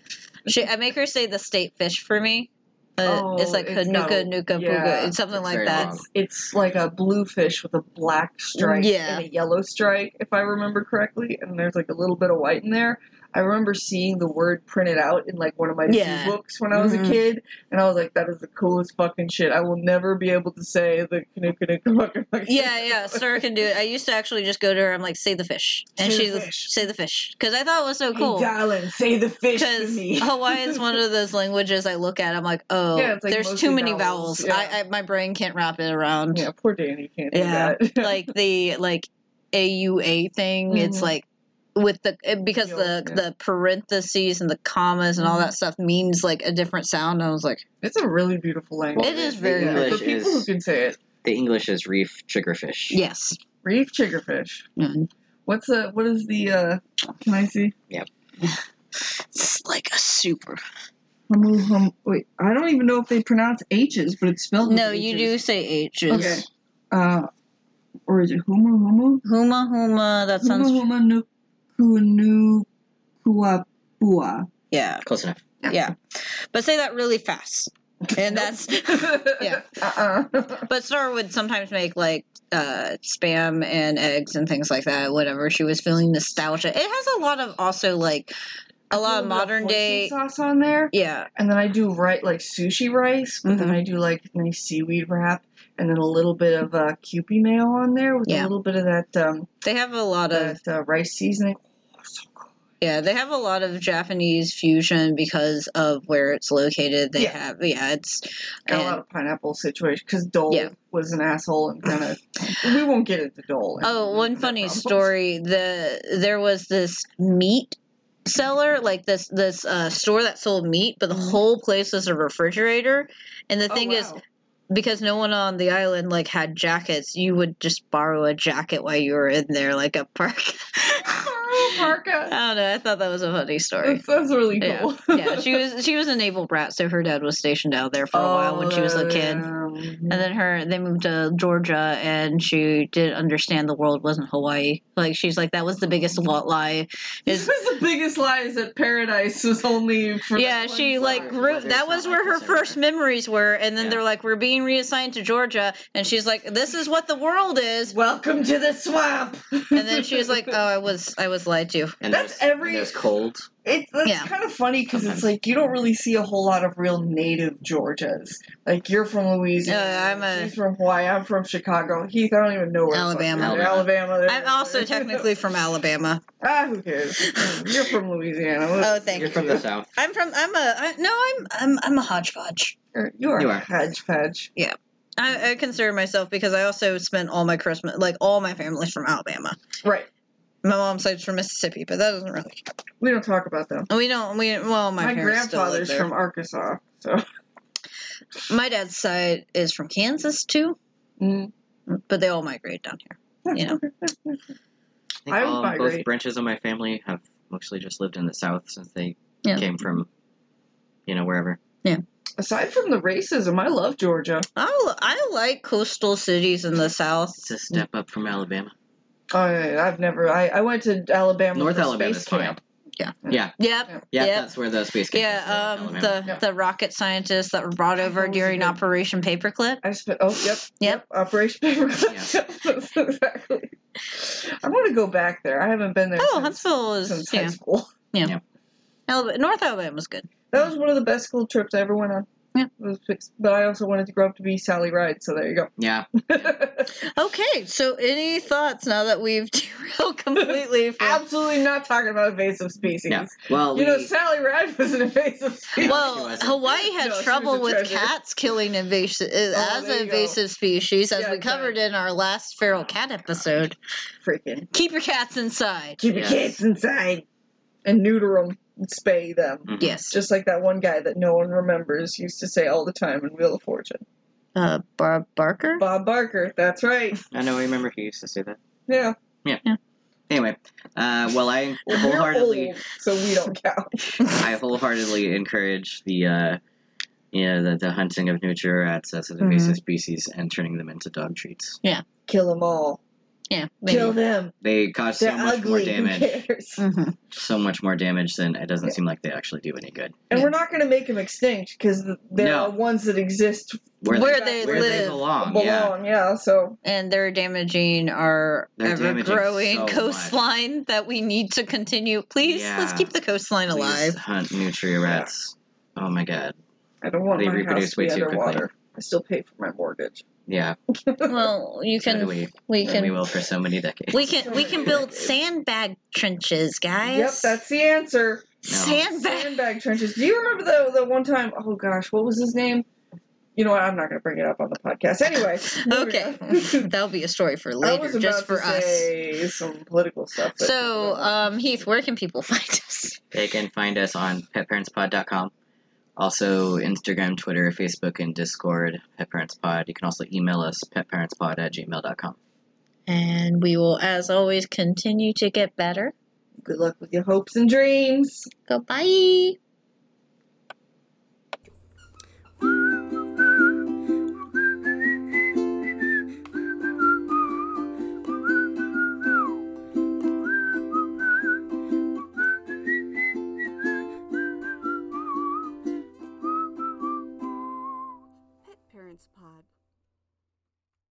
S2: She, I make her say the state fish for me. Uh,
S4: Oh,
S2: it's like
S4: it's
S2: hanuka
S4: got a-
S2: nuka
S4: yeah,
S2: puka. It's something
S3: it's
S2: like
S3: very
S2: that.
S3: long.
S4: it's like a blue fish with a black stripe
S2: Yeah.
S4: and a yellow stripe, if I remember correctly, and there's like a little bit of white in there. I remember seeing the word printed out in like one of my zoo
S2: Yeah.
S4: books when I was
S2: Mhm.
S4: a kid, and I was like, "That is the coolest fucking shit." I will never be able to say the kanuka nuka muka.
S2: Yeah, yeah, Star can do it. I used to actually just go to her. I'm like, say the fish, and
S4: Say the
S2: she's like,
S4: fish.
S2: say the fish because I thought it was so
S4: Hey,
S2: cool.
S4: darling, say the fish to
S2: Because
S4: me.
S2: Hawaiian's one of those languages I look at. I'm like, oh,
S4: Yeah, it's like
S2: there's
S4: mostly
S2: too many
S4: vowels,
S2: vowels. I, I my brain can't wrap it around.
S4: yeah, poor Danny can't do
S2: Yeah,
S4: that.
S2: like the like AUA thing. It's
S4: Mhm.
S2: like with the it- because
S4: Yo,
S2: the
S4: yeah. Mm-hmm.
S2: the parentheses and the commas and all that stuff means like a different sound. I was like,
S4: it's a really beautiful language.
S2: It is
S3: the
S2: very
S4: Yeah,
S3: English
S4: the people
S3: is-
S4: who can say it.
S3: the English is reef triggerfish.
S2: yes,
S4: Reef chickerfish.
S2: Mm.
S4: What's the what is the uh can I see?
S2: It's like a super.
S4: Humble hum wait, I don't even know if they pronounce H's, but it's spelled with
S2: No, you do
S4: H's.
S2: say H's.
S4: Okay. Uh or is it Humu Humu?
S2: Huma Huma, that sounds.
S4: Humu Huma Nuku Nu Kuapua.
S2: Yeah,
S3: Close enough.
S4: Yeah.
S2: yeah. But say that really fast. And that's. Yeah.
S4: Uh-uh.
S2: But Star would sometimes make like uh, spam and eggs and things like that whenever she was feeling nostalgia. It has a lot of also like a lot of
S4: little bit
S2: modern
S4: hoisin
S2: day.
S4: sauce on there,
S2: Yeah,
S4: and then I do right like sushi rice, but
S2: Mm-hmm.
S4: then I do like nice seaweed wrap, and then a little bit of uh, kewpie mayo on there with
S2: Yeah.
S4: a little bit of that um,
S2: they have a lot of
S4: that uh, rice seasoning. Oh, so good.
S2: yeah, they have a lot of Japanese fusion because of where it's located. They
S4: Yeah.
S2: have yeah, it's
S4: Got a
S2: and-
S4: lot of pineapple situation because Dole
S2: Yeah.
S4: was an asshole and kind of. we won't get into Dole.
S2: Oh, one funny
S4: problem.
S2: story. The there was this meat seller, like this this uh, store that sold meat, but the
S4: Mhm.
S2: whole place was a refrigerator. And the
S4: Oh,
S2: thing is,
S4: wow.
S2: because no one on the island like had jackets, you would just borrow a jacket while you were in there, like a park.
S4: Oh,
S2: I
S4: Parka.
S2: don't know. I thought that was a funny story.
S4: That's, that's really
S2: Uh, Yeah,
S4: cool.
S2: yeah. She was she was a naval brat, so her dad was stationed out there for a while when she was
S4: Oh,
S2: a kid. And
S3: Mm-hmm.
S2: then her, they moved to Georgia, and she did understand the world wasn't Hawaii. Like she's like, that was the biggest
S3: Mm-hmm.
S2: lot lie.
S4: This
S2: Is
S4: was the biggest lie is that paradise was only for
S2: yeah,
S4: that one
S2: she
S4: side.
S2: like grew.
S3: Weather's
S2: That
S3: not
S2: was
S3: like
S2: where her
S3: this everywhere.
S2: first memories were, and then
S3: Yeah.
S2: they're like, we're being reassigned to Georgia, and she's like, this is what the world is.
S4: Welcome to the swamp.
S2: And then she was like, oh, I was, I was lied to.
S3: And there's,
S4: That's
S3: and
S4: every-
S3: there's cold.
S4: It's that's
S2: Yeah.
S4: kind of funny because it's like you don't really see a whole lot of real native Georgias. Like you're from Louisiana,
S2: No, I'm a-
S4: she's from Hawaii, I'm from Chicago. Heath, I don't even know where the fuck
S2: Alabama.
S4: you're from. Alabama. there-
S2: I'm also technically from Alabama.
S4: ah, who cares? You're from Louisiana.
S2: Oh, thank
S3: You're
S2: you.
S3: from the south.
S2: I'm from. I'm a. I, no, I'm. I'm. I'm a hodgepodge.
S4: You're, you're
S3: You
S4: a
S3: are.
S4: hodgepodge.
S2: I, I consider myself because I also spent all my Christmas, like all my family's from Alabama.
S4: Right.
S2: My mom's side's from Mississippi, but that doesn't really.
S4: We don't talk about them.
S2: We don't. We well, my,
S4: My,
S2: parents still live
S4: grandfather's
S2: there.
S4: from Arkansas, so
S2: My dad's side is from Kansas too,
S4: Mm.
S2: but they all migrate down here. You know.
S3: I think
S4: I would
S3: all, both
S4: migrate.
S3: branches of my family have mostly just lived in the south since they
S2: Yeah.
S3: came from, you know, wherever.
S4: aside from the racism, I love Georgia.
S2: I li- I like coastal cities in the South.
S3: It's a step up from Alabama.
S4: I, I've never. I, I went to Alabama.
S3: North
S4: for
S3: Alabama
S4: space
S3: is fine.
S4: camp.
S2: Yep.
S4: Yeah.
S3: Yeah,
S2: Yep.
S3: that's where the space came
S2: Yeah,
S3: from,
S2: um,
S3: Alabama.
S2: the
S4: Yep.
S2: the rocket scientists that were brought over
S4: What was
S2: during
S4: it?
S2: Operation Paperclip.
S4: I spent. Oh, yep.
S2: Yep.
S4: Operation Paperclip. exactly. I want to go back there. I haven't been there
S2: Oh,
S4: since,
S2: Huntsville is
S4: since high
S2: yeah.
S4: school.
S2: Alabama, North Alabama's good.
S4: That was one of the best school trips I ever went on.
S2: Yeah.
S4: It was fixed- But I also wanted to grow up to be Sally Ride, so there you go.
S3: yeah.
S2: Okay, so any thoughts now that we've derailed completely from
S4: Absolutely not talking about invasive species.
S3: Yeah. Well,
S4: You know,
S3: we-
S4: Sally Ride was an invasive species.
S2: well,
S3: wasn't.
S2: Hawaii had
S4: No, she was
S2: trouble
S4: a
S2: with
S4: treasure. Oh,
S2: cats killing invasive as
S4: there
S2: an
S4: you go.
S2: invasive species, as
S4: Yeah, Oh,
S2: we covered in our last feral cat episode.
S4: Freaking.
S2: Keep your cats inside.
S4: Keep
S3: Yeah.
S4: your kids inside and neuter them and spay them.
S3: Mhm.
S2: Yes,
S4: Just like that one guy that no one remembers used to say all the time in Wheel of Fortune.
S2: uh, Bob Barker.
S4: Bob Barker, that's right.
S3: I know. I remember he used to say that.
S4: Yeah.
S3: Anyway, uh, well, I
S4: Well,
S3: wholeheartedly,
S4: We're old, so we don't count.
S3: I wholeheartedly encourage the, uh, you know, the, the hunting of nurture rats as an invasive species and turning them into dog treats.
S4: Kill them all.
S2: Yeah,
S4: Kill them.
S3: They because
S4: They're
S3: so much
S4: ugly.
S3: more
S4: Who
S3: damage.
S4: cares?
S2: hmm
S3: So much more damage than it doesn't
S4: Yeah.
S3: seem like they actually do any good.
S4: And
S2: Yeah.
S4: we're not going to make them extinct because there
S3: No.
S4: are ones that exist
S2: Where they
S3: where
S2: live.
S3: they belong. Yeah.
S4: belong. Yeah. so
S2: And they're damaging our
S3: They're
S2: ever
S3: damaging so
S2: growing
S3: much.
S2: coastline that we need to continue. Please, let's
S3: Yeah.
S2: keep the coastline
S3: Please
S2: alive.
S3: Hunt nutria rats. Oh my god.
S4: I don't want
S3: They
S4: my house
S3: reproduce
S4: to be
S3: way too quickly.
S4: underwater. I still pay for my mortgage.
S3: Yeah.
S2: Well, you
S3: so do
S2: can.
S3: we,
S2: We
S3: and
S2: can.
S3: we will for so many decades.
S2: We can we can build sandbag trenches, guys.
S4: Yep, that's the answer.
S2: sandbag.
S4: Sandbag trenches. Do you remember though the one time? Oh gosh, what was his name? You know what? I'm not going to bring it up on the podcast. Anyway.
S2: Okay,
S4: moving on.
S2: that'll be a story for
S4: I
S2: later,
S4: was about
S2: just for
S4: to
S2: us.
S4: say some political stuff. that-
S2: So, um, Heath, where can people find us?
S3: They can find us on petparentspod.com. Also, Instagram, Twitter, Facebook, and Discord, Pet Parents Pod. You can also email us, petparentspod at gmail.com.
S2: And and we will, as always, continue to get better.
S4: Good luck with your hopes and dreams.
S2: Goodbye.